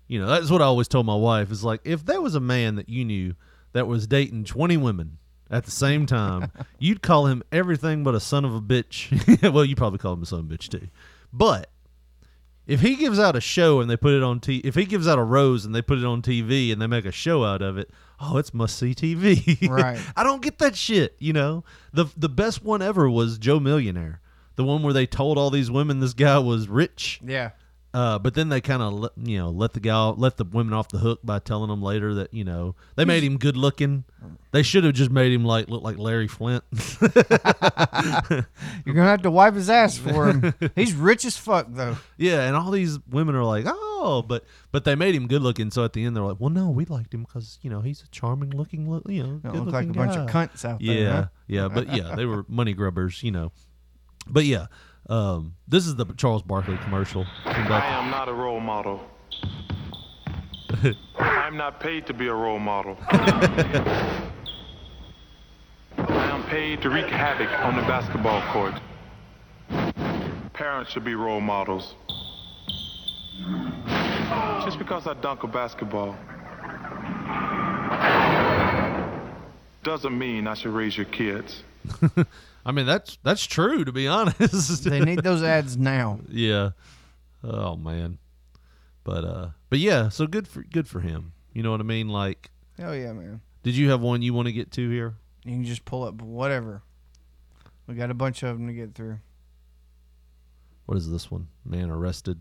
C: you know, that's what I always told my wife is like, if there was a man that you knew that was dating 20 women at the same time, you'd call him everything but a son of a bitch. [LAUGHS] well, you probably call him a son of a bitch too. But if he gives out a show and they put it on T, if he gives out a rose and they put it on TV and they make a show out of it, oh, it's must see TV.
D: Right.
C: [LAUGHS] I don't get that shit. You know, the the best one ever was Joe Millionaire, the one where they told all these women this guy was rich.
D: yeah
C: Uh, but then they kind of you know let the guy let the women off the hook by telling them later that you know they made him good looking. They should have just made him like look like Larry Flint. [LAUGHS]
D: you're gonna have to wipe his ass for
C: [LAUGHS]
D: him he's rich as fuck though
C: Yeah, and all these women are like, oh, but but they made him good looking. So at the end, they're like, well, no, we liked him because you know he's a charming looking, look, you know,
D: Don't
C: good
D: look like
C: looking
D: a bunch of
C: guy."
D: cunts out there,
C: Yeah,
D: huh?
C: yeah, but yeah, they
D: [LAUGHS]
C: were money grubbers, you know. But yeah, um, this is the Charles Barkley commercial. From
G: I
C: back-
G: am not a role model. I'm not paid to be a role model. I am paid to wreak havoc on the basketball court. Parents should be role models. Just because I dunk a basketball doesn't mean I should raise your kids.
C: I mean, that's that's true to be honest. [LAUGHS]
D: They need those ads now.
C: Yeah. Oh man. But uh but yeah, so good for good for him. You know what I mean? Like
D: Oh yeah, man.
C: did you have one you want to get to here?
D: You can just pull up whatever. We got a bunch of them to get through.
C: What is this one? Man arrested.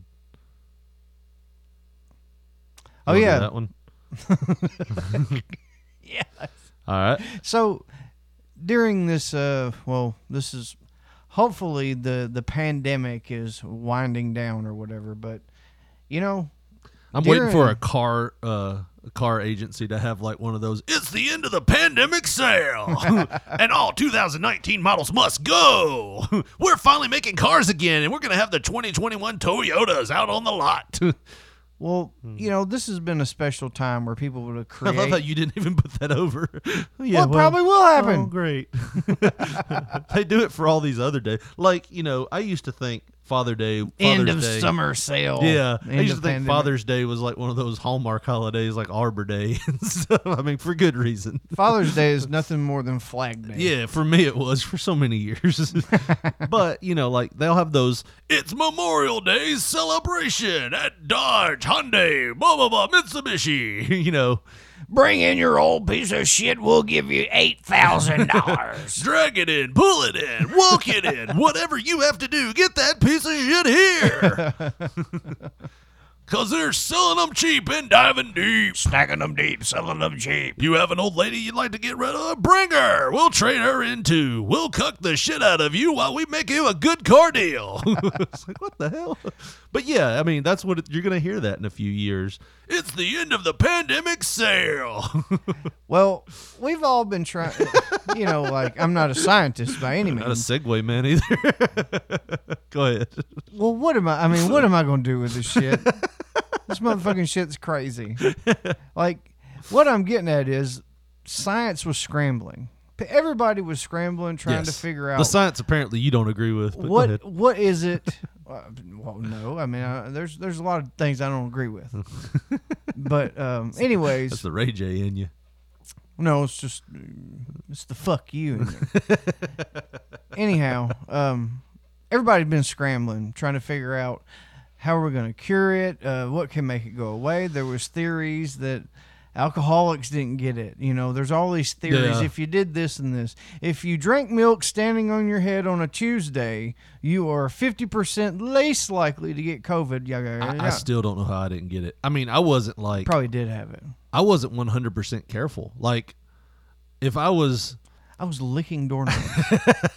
D: Oh,
C: Wanna do
D: yeah.
C: That one.
D: [LAUGHS]
C: [LAUGHS]
D: Yes.
C: All right.
D: So during this uh well, this is hopefully the the pandemic is winding down or whatever, but you know,
C: I'm waiting for
D: during-
C: a car uh a car agency to have like one of those it's the end of the pandemic sale [LAUGHS] and all 2019 models must go. [LAUGHS] we're finally making cars again and we're going to have the 2021 Toyotas out on the lot. [LAUGHS]
D: Well, you know, this has been a special time where people would have
C: Hmm. [LAUGHS] I
D: created.
C: love how you didn't even put that over. [LAUGHS] yeah,
D: well, it probably will happen.
C: Oh, great. [LAUGHS] they do it for all these other days. Like, you know, I used to think Father Day, Father's
D: End of
C: Day-
D: summer sale.
C: Yeah,
D: End
C: I used to think
D: of pandemic.
C: Father's Day was like one of those hallmark holidays, like Arbor Day [LAUGHS] and stuff. I mean, for good reason.
D: Father's Day
C: [LAUGHS]
D: is nothing more than Flag Day.
C: Yeah, for me it was for so many years. [LAUGHS] but, you know, like they'll have those it's Memorial Day celebration at Dodge, Hyundai, blah blah blah, Mitsubishi, [LAUGHS] you know.
A: Bring in your old piece of shit. We'll give you eight thousand dollars.
C: Drag it in, pull it in, walk it in, whatever you have to do, get that piece of shit here. Cause they're selling them cheap and diving deep. Snacking them deep, selling them cheap. You have an old lady you'd like to get rid of? Bring her. We'll trade her into. We'll cuck the shit out of you while we make you a good car deal. [LAUGHS] it's like, what the hell? But yeah, I mean, that's what it, you're going to hear that in a few years. It's the end of the pandemic sale. [LAUGHS]
D: Well, we've all been trying. you know, like I'm not a scientist by any
C: Not a
D: means.
C: segue man either. [LAUGHS] Go ahead.
D: well, what am I? I mean, what am I going to do with
C: [LAUGHS]
D: this shit? this motherfucking shit's crazy. Like, what I'm getting at is science was scrambling. P- Everybody was scrambling trying to
C: Yes.
D: figure out
C: the science. Apparently, you don't agree with. But go ahead.
D: what what is it? [LAUGHS] Uh, well, no, I mean, I, there's there's a lot of things I don't
C: [LAUGHS]
D: agree with. but um, anyways,
C: That's the Ray J in you.
D: No, it's just uh, it's the fuck you. in
C: [LAUGHS]
D: there. Anyhow, um, everybody's been scrambling trying to figure out how we're going to cure it. Uh, what can make it go away? There was theories that alcoholics didn't get it. You know, there's all these theories.
C: Yeah.
D: If you did this and this, if you drank milk standing on your head on a Tuesday, you are fifty percent less likely to get COVID. Yada, yada,
C: I, I
D: yada.
C: still don't know how I didn't get it. I mean, I wasn't like
D: probably did have it.
C: I wasn't one hundred percent careful. Like if I was,
D: I was licking doorknobs.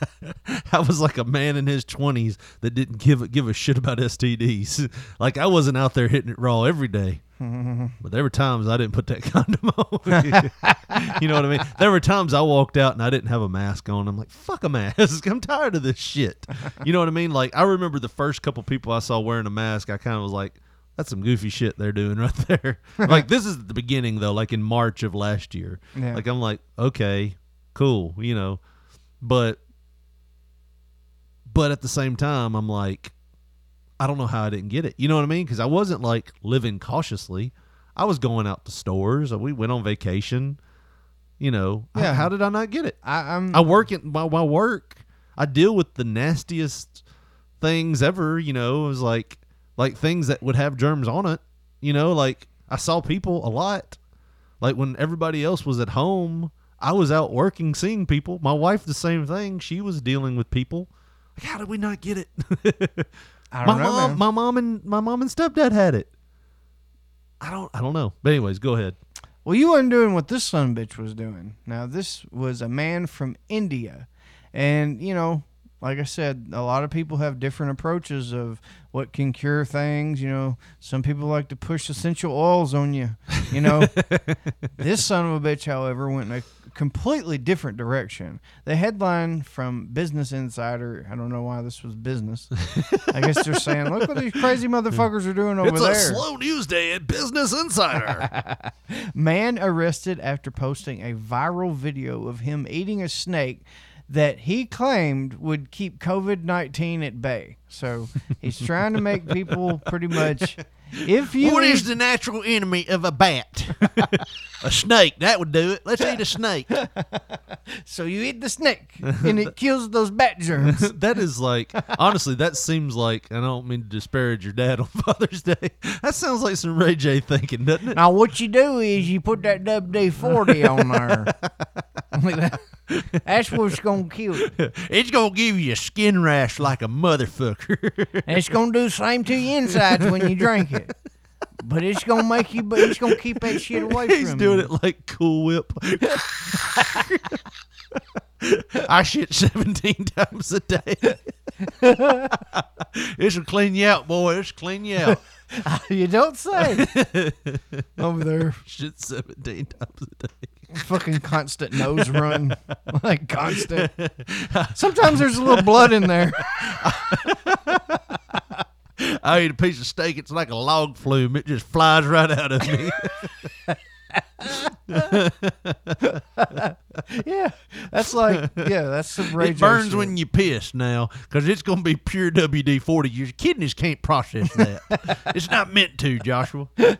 C: [LAUGHS] I was like a man in his twenties that didn't give a- give a shit about STDs. [LAUGHS] like I wasn't out there hitting it raw every day. But there were times I didn't put that [LAUGHS] condom on. [LAUGHS] you know what I mean? There were times I walked out and I didn't have a mask on. I'm like, fuck a mask. [LAUGHS] I'm tired of this shit. You know what I mean? Like, I remember the first couple people I saw wearing a mask, I kind of was like, that's some goofy shit they're doing right [LAUGHS] there. like, this is the beginning, though, like in March of last year.
D: Yeah.
C: Like, I'm like, okay, cool, you know. But, but at the same time, I'm like, I don't know how I didn't get it. You know what I mean? Because I wasn't like living cautiously. I was going out to stores. We went on vacation. You know, I-
D: Yeah.
C: how did I not get it?
D: I,
C: [LAUGHS]
D: I'm.
C: I work in my, my work. I deal with the nastiest things ever. You know, it was like like things that would have germs on it. You know, like I saw people a lot. Like when everybody else was at home, I was out working, seeing people. My wife, the same thing. She was dealing with people. Like, how did we not get it?
D: [LAUGHS] I
C: my
D: don't know,
C: mom,
D: man.
C: my mom, and my mom and stepdad had it. I don't, I don't know. But anyways, go ahead.
D: Well, you weren't doing what this son of a bitch was doing. Now, this was a man from India. And, you know, like I said, a lot of people have different approaches of what can cure things. You know, some people like to push essential oils on you. You know, this son of a bitch, however, went in a completely different direction. The headline from Business Insider, I don't know why this was business. I guess they're saying, look what these crazy motherfuckers are doing over there.
C: news day at Business
D: [LAUGHS]
C: Insider.
D: Man arrested after posting a viral video of him eating a snake that he claimed would keep COVID 19 at bay. So he's trying to make people pretty much If you
M: what
D: eat-
M: is the natural enemy of a bat? a snake. That would do it. Let's eat a snake.
D: so you eat the snake and it kills those bat
C: [LAUGHS]
D: germs.
C: that is like honestly, that seems like and I don't mean to disparage your dad on [LAUGHS] Father's Day. That sounds like some Ray J thinking, doesn't it?
D: [LAUGHS] Now what you do is you put that WD forty on [LAUGHS] there. That's what's gonna kill it.
M: it's gonna give you a skin rash like a motherfucker.
C: [LAUGHS]
D: And it's gonna do the same to your insides when you drink it. But it's gonna make you. But it's gonna keep that shit away from you.
C: He's doing it like Cool Whip. [LAUGHS]
M: I shit
C: [LAUGHS]
M: seventeen times a day. this will clean you out, boy. This will clean you out.
D: you don't
M: [LAUGHS]
D: say. Over there.
C: [LAUGHS] Shit seventeen times a day.
D: Fucking constant nose run. [LAUGHS] like constant. Sometimes there's a little blood in there.
M: I eat a piece of steak. It's like a log flume. It just flies right out of me.
D: yeah, that's like [LAUGHS] yeah, that's some
M: It
D: rage.
M: burns when you piss now, because it's going to be pure WD forty. Your kidneys can't process that. it's not meant to, Joshua.
D: An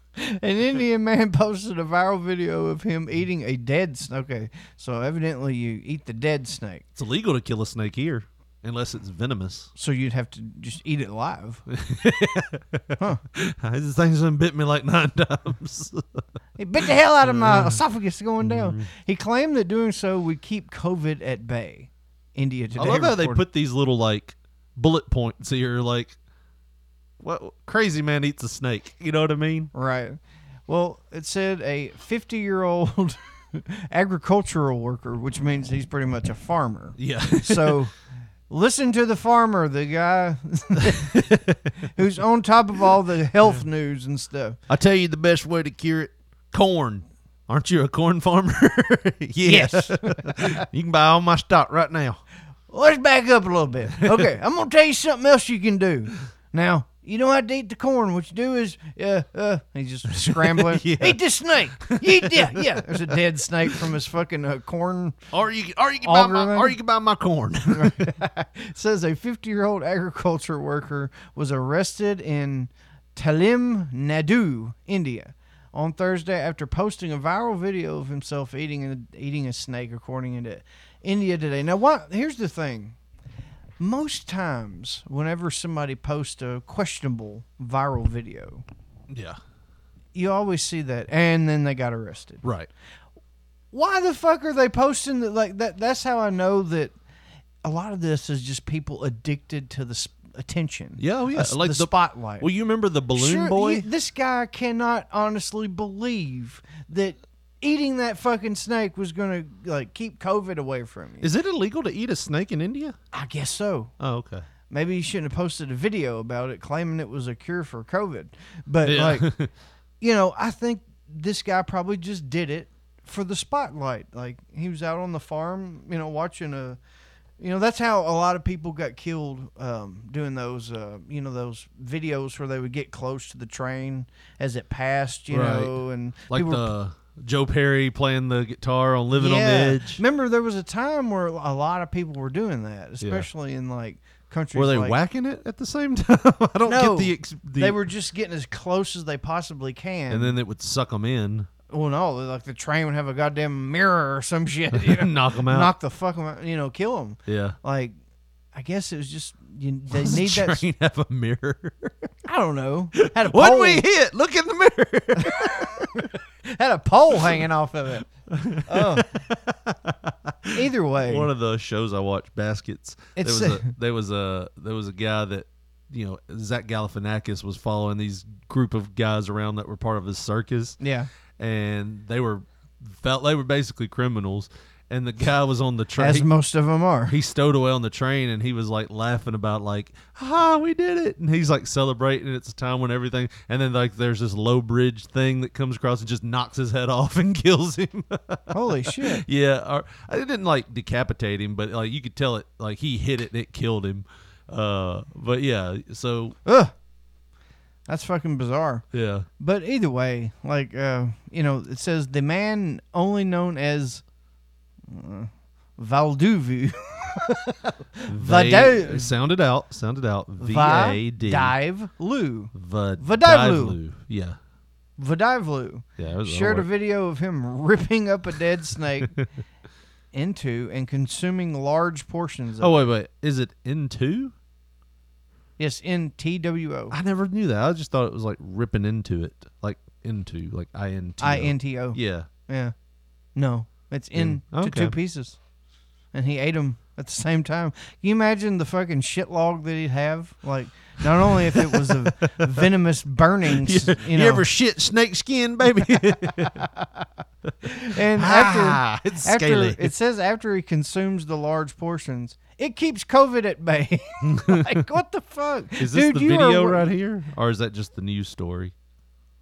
C: [LAUGHS]
D: Indian man posted a viral video of him eating a dead snake. Okay, so evidently you eat the dead snake.
C: It's illegal to kill a snake here unless it's
M: [LAUGHS]
C: venomous.
D: So you'd have to just eat it live. [LAUGHS]
C: This thing's done bit me like nine [LAUGHS] times.
D: It bit the hell out of my
C: Mm-hmm.
D: esophagus going down. He claimed that doing so would keep COVID at bay. India today.
C: I love how they
D: reported-
C: put these little like bullet points here, like what crazy man eats a snake. You know what I mean?
D: Right. Well, it said a 50 year old [LAUGHS] agricultural worker, which means he's pretty much a farmer.
C: [LAUGHS] Yeah.
D: so listen to the farmer, the guy [LAUGHS] who's on top of all the health news and stuff.
M: I tell you the best way to cure it: corn.
C: Aren't you a corn farmer? [LAUGHS] yes. [LAUGHS] you can buy all my stock right now.
D: Let's back up a little bit. Okay, I'm going to tell you something else you can do. Now, you don't have to eat the corn. What you do is, uh, uh, he's just scrambling.
M: Yeah.
D: Eat the snake. Eat, yeah, yeah. There's a dead snake from his fucking uh, corn.
M: Or you, or you can buy my,
D: Alderman.
M: or you can buy my corn.
D: [LAUGHS] says a 50 year old agriculture worker was arrested in Talim Nadu, India, on Thursday after posting a viral video of himself eating a, eating a snake, according to India Today. Now, what? Here's the thing. Most times, whenever somebody posts a questionable viral video,
C: Yeah.
D: you always see that, and then they got arrested.
C: Right.
D: Why the fuck are they posting that? Like that? That's how I know that a lot of this is just people addicted to the s- attention.
C: Yeah, oh yeah.
D: Us- the, spotlight.
C: Well, you remember the balloon
D: Sure,
C: boy?
D: you- this guy cannot honestly believe that eating that fucking snake was gonna like keep COVID away from you.
C: Is it illegal to eat a snake in India?
D: I guess so.
C: Oh, okay.
D: Maybe you shouldn't have posted a video about it claiming it was a cure for COVID. But
C: Yeah.
D: like
C: [LAUGHS]
D: you know, I think this guy probably just did it for the spotlight. Like he was out on the farm, you know, watching a you know, that's how a lot of people got killed um, doing those, uh, you know, those videos where they would get close to the train as it passed, you
C: Right.
D: know, and
C: Like
D: people were
C: the Joe Perry playing the guitar on Living on the
D: yeah.
C: Edge.
D: Remember, there was a time where a lot of people were doing that, especially in like countries.
C: Were they
D: like-
C: whacking it at the same [LAUGHS] time? I don't
D: no,
C: get the, ex- the
D: They were just getting as close as they possibly can.
C: and then it would suck them in. [LAUGHS]
D: well, no, like the train would have a goddamn mirror or some shit.
C: [LAUGHS]
D: You know?
C: Knock 'em out.
D: Knock the fuck 'em out. You know, kill them.
C: Yeah.
D: Like, I guess it was just
C: [LAUGHS]
D: you, they
C: Does
D: need
C: the
D: that.
C: train have a mirror?
D: I don't know.
C: [LAUGHS]
D: Had a
C: What
D: pole.
C: we hit? Look in the mirror.
D: Had a pole hanging off of it.
C: [LAUGHS]
D: Oh. Either way,
C: One of the shows I watched, Baskets.
D: It's-
C: there was [LAUGHS] a there was a there was a guy that you know Zach Galifianakis was following these group of guys around that were part of his circus.
D: Yeah.
C: and they were felt they were basically criminals. And the guy was on the train.
D: as most of
C: [LAUGHS]
D: them are.
C: he stowed away on the train and he was like laughing about like ha we did it and he's like celebrating it's a time when everything and then like there's this low bridge thing that comes across and just knocks his head [LAUGHS] off and kills him
D: Holy shit.
C: yeah or, uh, it didn't like decapitate him but like you could tell it like he hit it and it killed him uh but yeah so
D: Ugh. That's fucking bizarre.
C: yeah
D: But either way, like uh, you know, it
C: [LAUGHS]
D: says the man only known as uh, Valduvu Vadove.
C: Sound it out. Sound it out. V
D: Va-
C: A D.
D: dive Lou.
C: Va-
D: Vadive
C: dive
D: Lou.
C: Lou. Yeah.
D: Vadivlu
C: Yeah, that was- that'll
D: shared a
C: work.
D: video of him ripping up a
C: [LAUGHS]
D: dead snake into and consuming large portions of
C: Oh
D: it.
C: wait, wait. Is it into?
D: Yes, in TWO.
C: I never knew that. I just thought it was like ripping into it, like into, like I N T O.
D: I N T O.
C: Yeah.
D: Yeah. No, it's in
C: In-
D: to two
C: Mm, okay.
D: pieces. And he ate them at the [LAUGHS] same time. Can you imagine the fucking shit log that he'd have? Like, not only if it
C: [LAUGHS]
D: was a venomous burning, s-
M: You-
D: [LAUGHS] you,
M: you
D: know.
M: ever shit snake skin,
D: [LAUGHS]
M: baby?
D: and after,
M: Ah, it's
D: after-
M: scaly.
D: it says after he consumes the large portions, it keeps COVID at bay. [LAUGHS] like, what the fuck?
C: [LAUGHS] Is this
D: Dude,
C: the
D: you are
C: video
D: wor-
C: right here, or is that just the news story?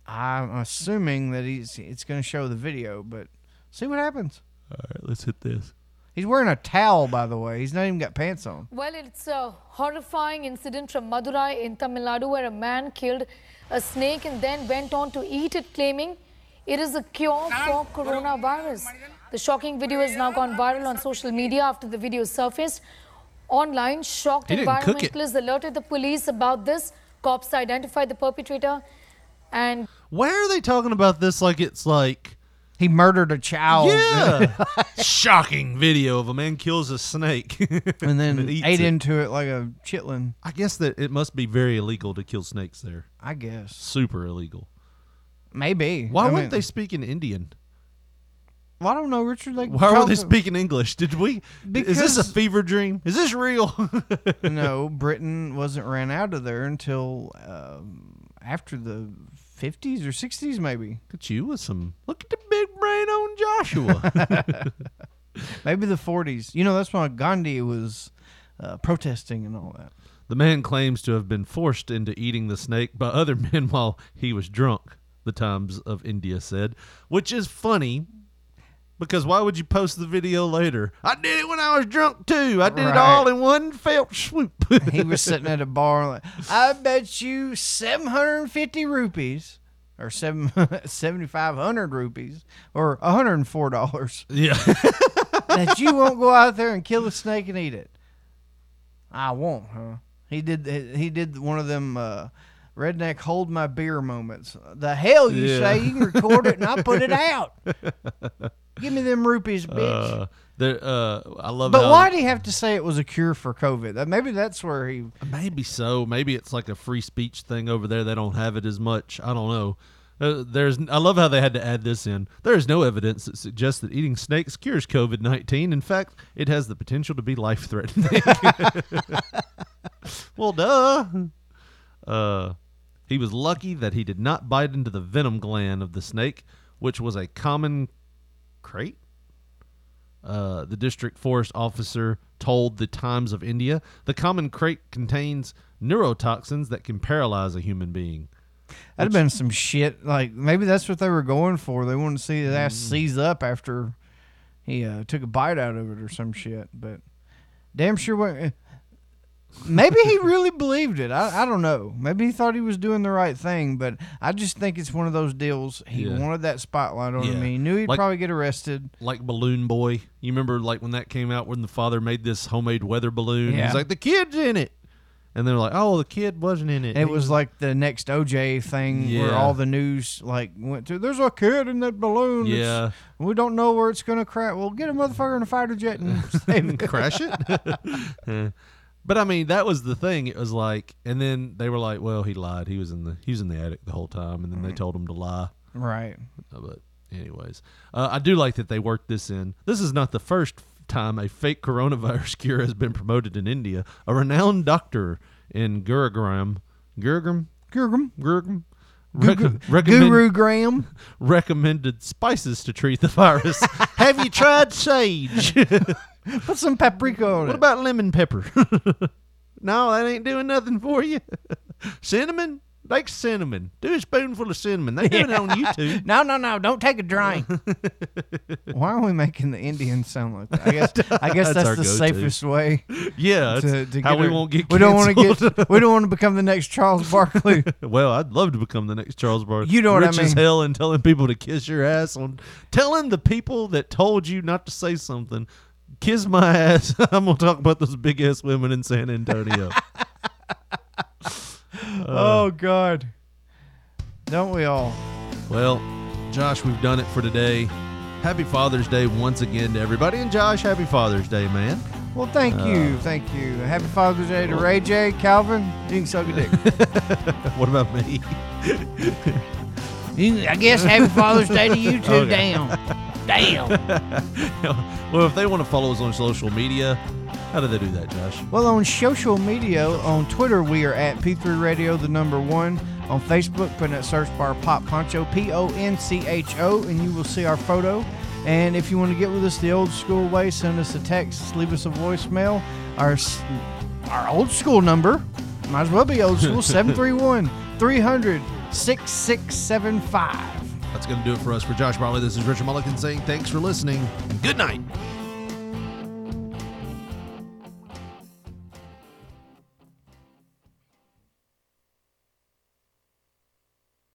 D: I'm assuming that he's it's going to show the video, but see what happens.
C: All right, let's hit this.
D: He's wearing a towel, by the way. He's not even got pants on.
N: Well, it's a horrifying incident from Madurai in Tamil Nadu where a man killed a snake and then went on to eat it, claiming it is a cure for coronavirus. The shocking video has now gone viral on social media after the video surfaced. Online, shocked
O: He didn't cook it.
N: environmentalists alerted the police about this. Cops identified the perpetrator and
C: Why are they talking about this like it's like
D: he murdered a child?
C: Yeah. Oh, [LAUGHS] Shocking video of a man kills a snake [LAUGHS]
D: and then
C: eats
D: ate into it like a chitlin.
C: I guess that it must be very illegal to kill snakes there.
D: I guess.
C: Super illegal.
D: Maybe.
C: Why
D: I
C: wouldn't
D: mean-
C: they speak in Indian?
D: Well, I don't know, Richard. Like,
C: Why were they
D: probably-
C: speaking English? Did we? is this
D: Because-
C: a fever dream? Is this real? [LAUGHS]
D: no, Britain wasn't ran out of there until um, after the 50s or 60s, maybe.
C: Look at you with some. Look at the big brain on Joshua.
D: maybe the 40s. You know, that's why Gandhi was uh, protesting and all that.
C: The man claims to have been forced into eating the snake by other [LAUGHS] men while he was drunk, the Times of India said, which is funny because why would you post the video later? I did it when I was drunk too. I did it all in one felt swoop.
D: he was sitting at a bar like, I bet you 750 rupees or seven- [LAUGHS] 7,500 rupees or $104
C: [LAUGHS] Yeah.
D: that you won't go out there and kill a snake and eat it. I won't, huh? He did he did one of them uh, redneck hold my beer moments. The hell you
C: Yeah.
D: say you can record it and I put it out. Give me them rupees, bitch.
C: Uh, there, uh, I love
D: but
C: how-
D: why do you have to say it was a cure for COVID? Uh, Maybe that's where he
C: Maybe so. Maybe it's like a free speech thing over there. They don't have it as much. I don't know. Uh, there's. I love how they had to add this in. There is no evidence that suggests that eating snakes cures COVID nineteen. In fact, it has the potential to be life threatening. [LAUGHS] well, duh. Uh, he was lucky that he did not bite into the venom gland of the snake, which was a common crate. Uh, the district forest officer told the Times of India the common crate contains neurotoxins that can paralyze a human being.
D: That'd have been some shit. Like maybe that's what they were going for. They wanted to see his ass
C: Mm-hmm.
D: seize up after he uh, took a bite out of it or some shit. But damn sure, wa- maybe he really believed it. I, I don't know. Maybe he thought he was doing the right thing. But I just think it's one of those deals. He
C: Yeah.
D: wanted that spotlight on him.
C: Yeah.
D: He knew he'd
C: Like-
D: probably get arrested.
C: Like Balloon Boy. You remember like when that came out when the father made this homemade weather balloon?
D: Yeah.
C: He's like, the kid's in it. And they're like, oh, the kid wasn't in it.
D: It
C: He [LAUGHS]
D: was like the next OJ thing where
C: Yeah.
D: all the news like went to. There's a kid in that balloon. that's-
C: Yeah.
D: we don't know where it's gonna crash. Well, get a motherfucker in a fighter jet and
C: [LAUGHS]
D: save it.
C: crash it. but I mean, that was the thing. It was like, and then they were like, "Well, he lied. He was in the he was in the attic the whole time." And then
D: Mm.
C: they told him to lie.
D: Right.
C: Uh, But anyways, uh, I do like that they worked this in. This is not the first time a fake coronavirus [LAUGHS] cure has been promoted in India. A renowned doctor in Gurugram, Gurugram,
D: Gurugram,
C: Gurugram.
D: Guru- Guru Graham
C: recommended spices to treat the virus. [LAUGHS] Have you tried sage? [LAUGHS]
D: Put some paprika on
C: What
D: it.
C: about lemon [LAUGHS] pepper? no, that ain't doing nothing for you. [LAUGHS] cinnamon? Like cinnamon. Do a spoonful of cinnamon. They do it [LAUGHS] on YouTube.
D: No, no, no! Don't take a drink. [LAUGHS] Why are we making the Indians sound like that?
C: [LAUGHS]
D: I guess I guess
C: That's
D: that's,
C: our
D: the
C: go-to.
D: safest way.
C: Yeah,
D: to,
C: it's
D: to
C: how
D: get
C: we
D: our-
C: won't get
D: We don't want to
C: canceled.
D: get. [LAUGHS] We don't want to become the next
C: [LAUGHS]
D: Charles Barkley.
C: well, I'd love to become the next Charles Barkley.
D: You know what I
C: Rich as
D: mean.
C: hell and telling people to kiss your ass on telling the people that told you not to say something kiss my ass. [LAUGHS] I'm gonna talk about those big ass women in San
D: [LAUGHS]
C: Antonio. Uh.
D: oh God, don't we all?
C: Well, Josh, we've done it for today. Happy Father's Day once again to everybody. And Josh, happy Father's Day, man. [LAUGHS]
D: Well, thank you,
C: Uh,
D: thank you. Happy Father's Day to Ray J, Calvin. You can suck a dick.
C: what about me? [LAUGHS]
D: I guess happy Father's Day to you too.
C: Okay.
D: Damn.
C: well, if they want to follow us on social media, how do they do that, Josh?
D: Well, on social media, on Twitter, we are at P3 Radio, the number one. On Facebook, put in that search bar Pop Poncho, P O N C H O, and you will see our photo. And if you want to get with us the old school way, send us a text, leave us a voicemail. Our s- our old school number, might as well be old school, 731 300 6675.
C: That's going to do it for us. For Josh Barley, this is Richard Mulligan saying thanks for listening. Good night.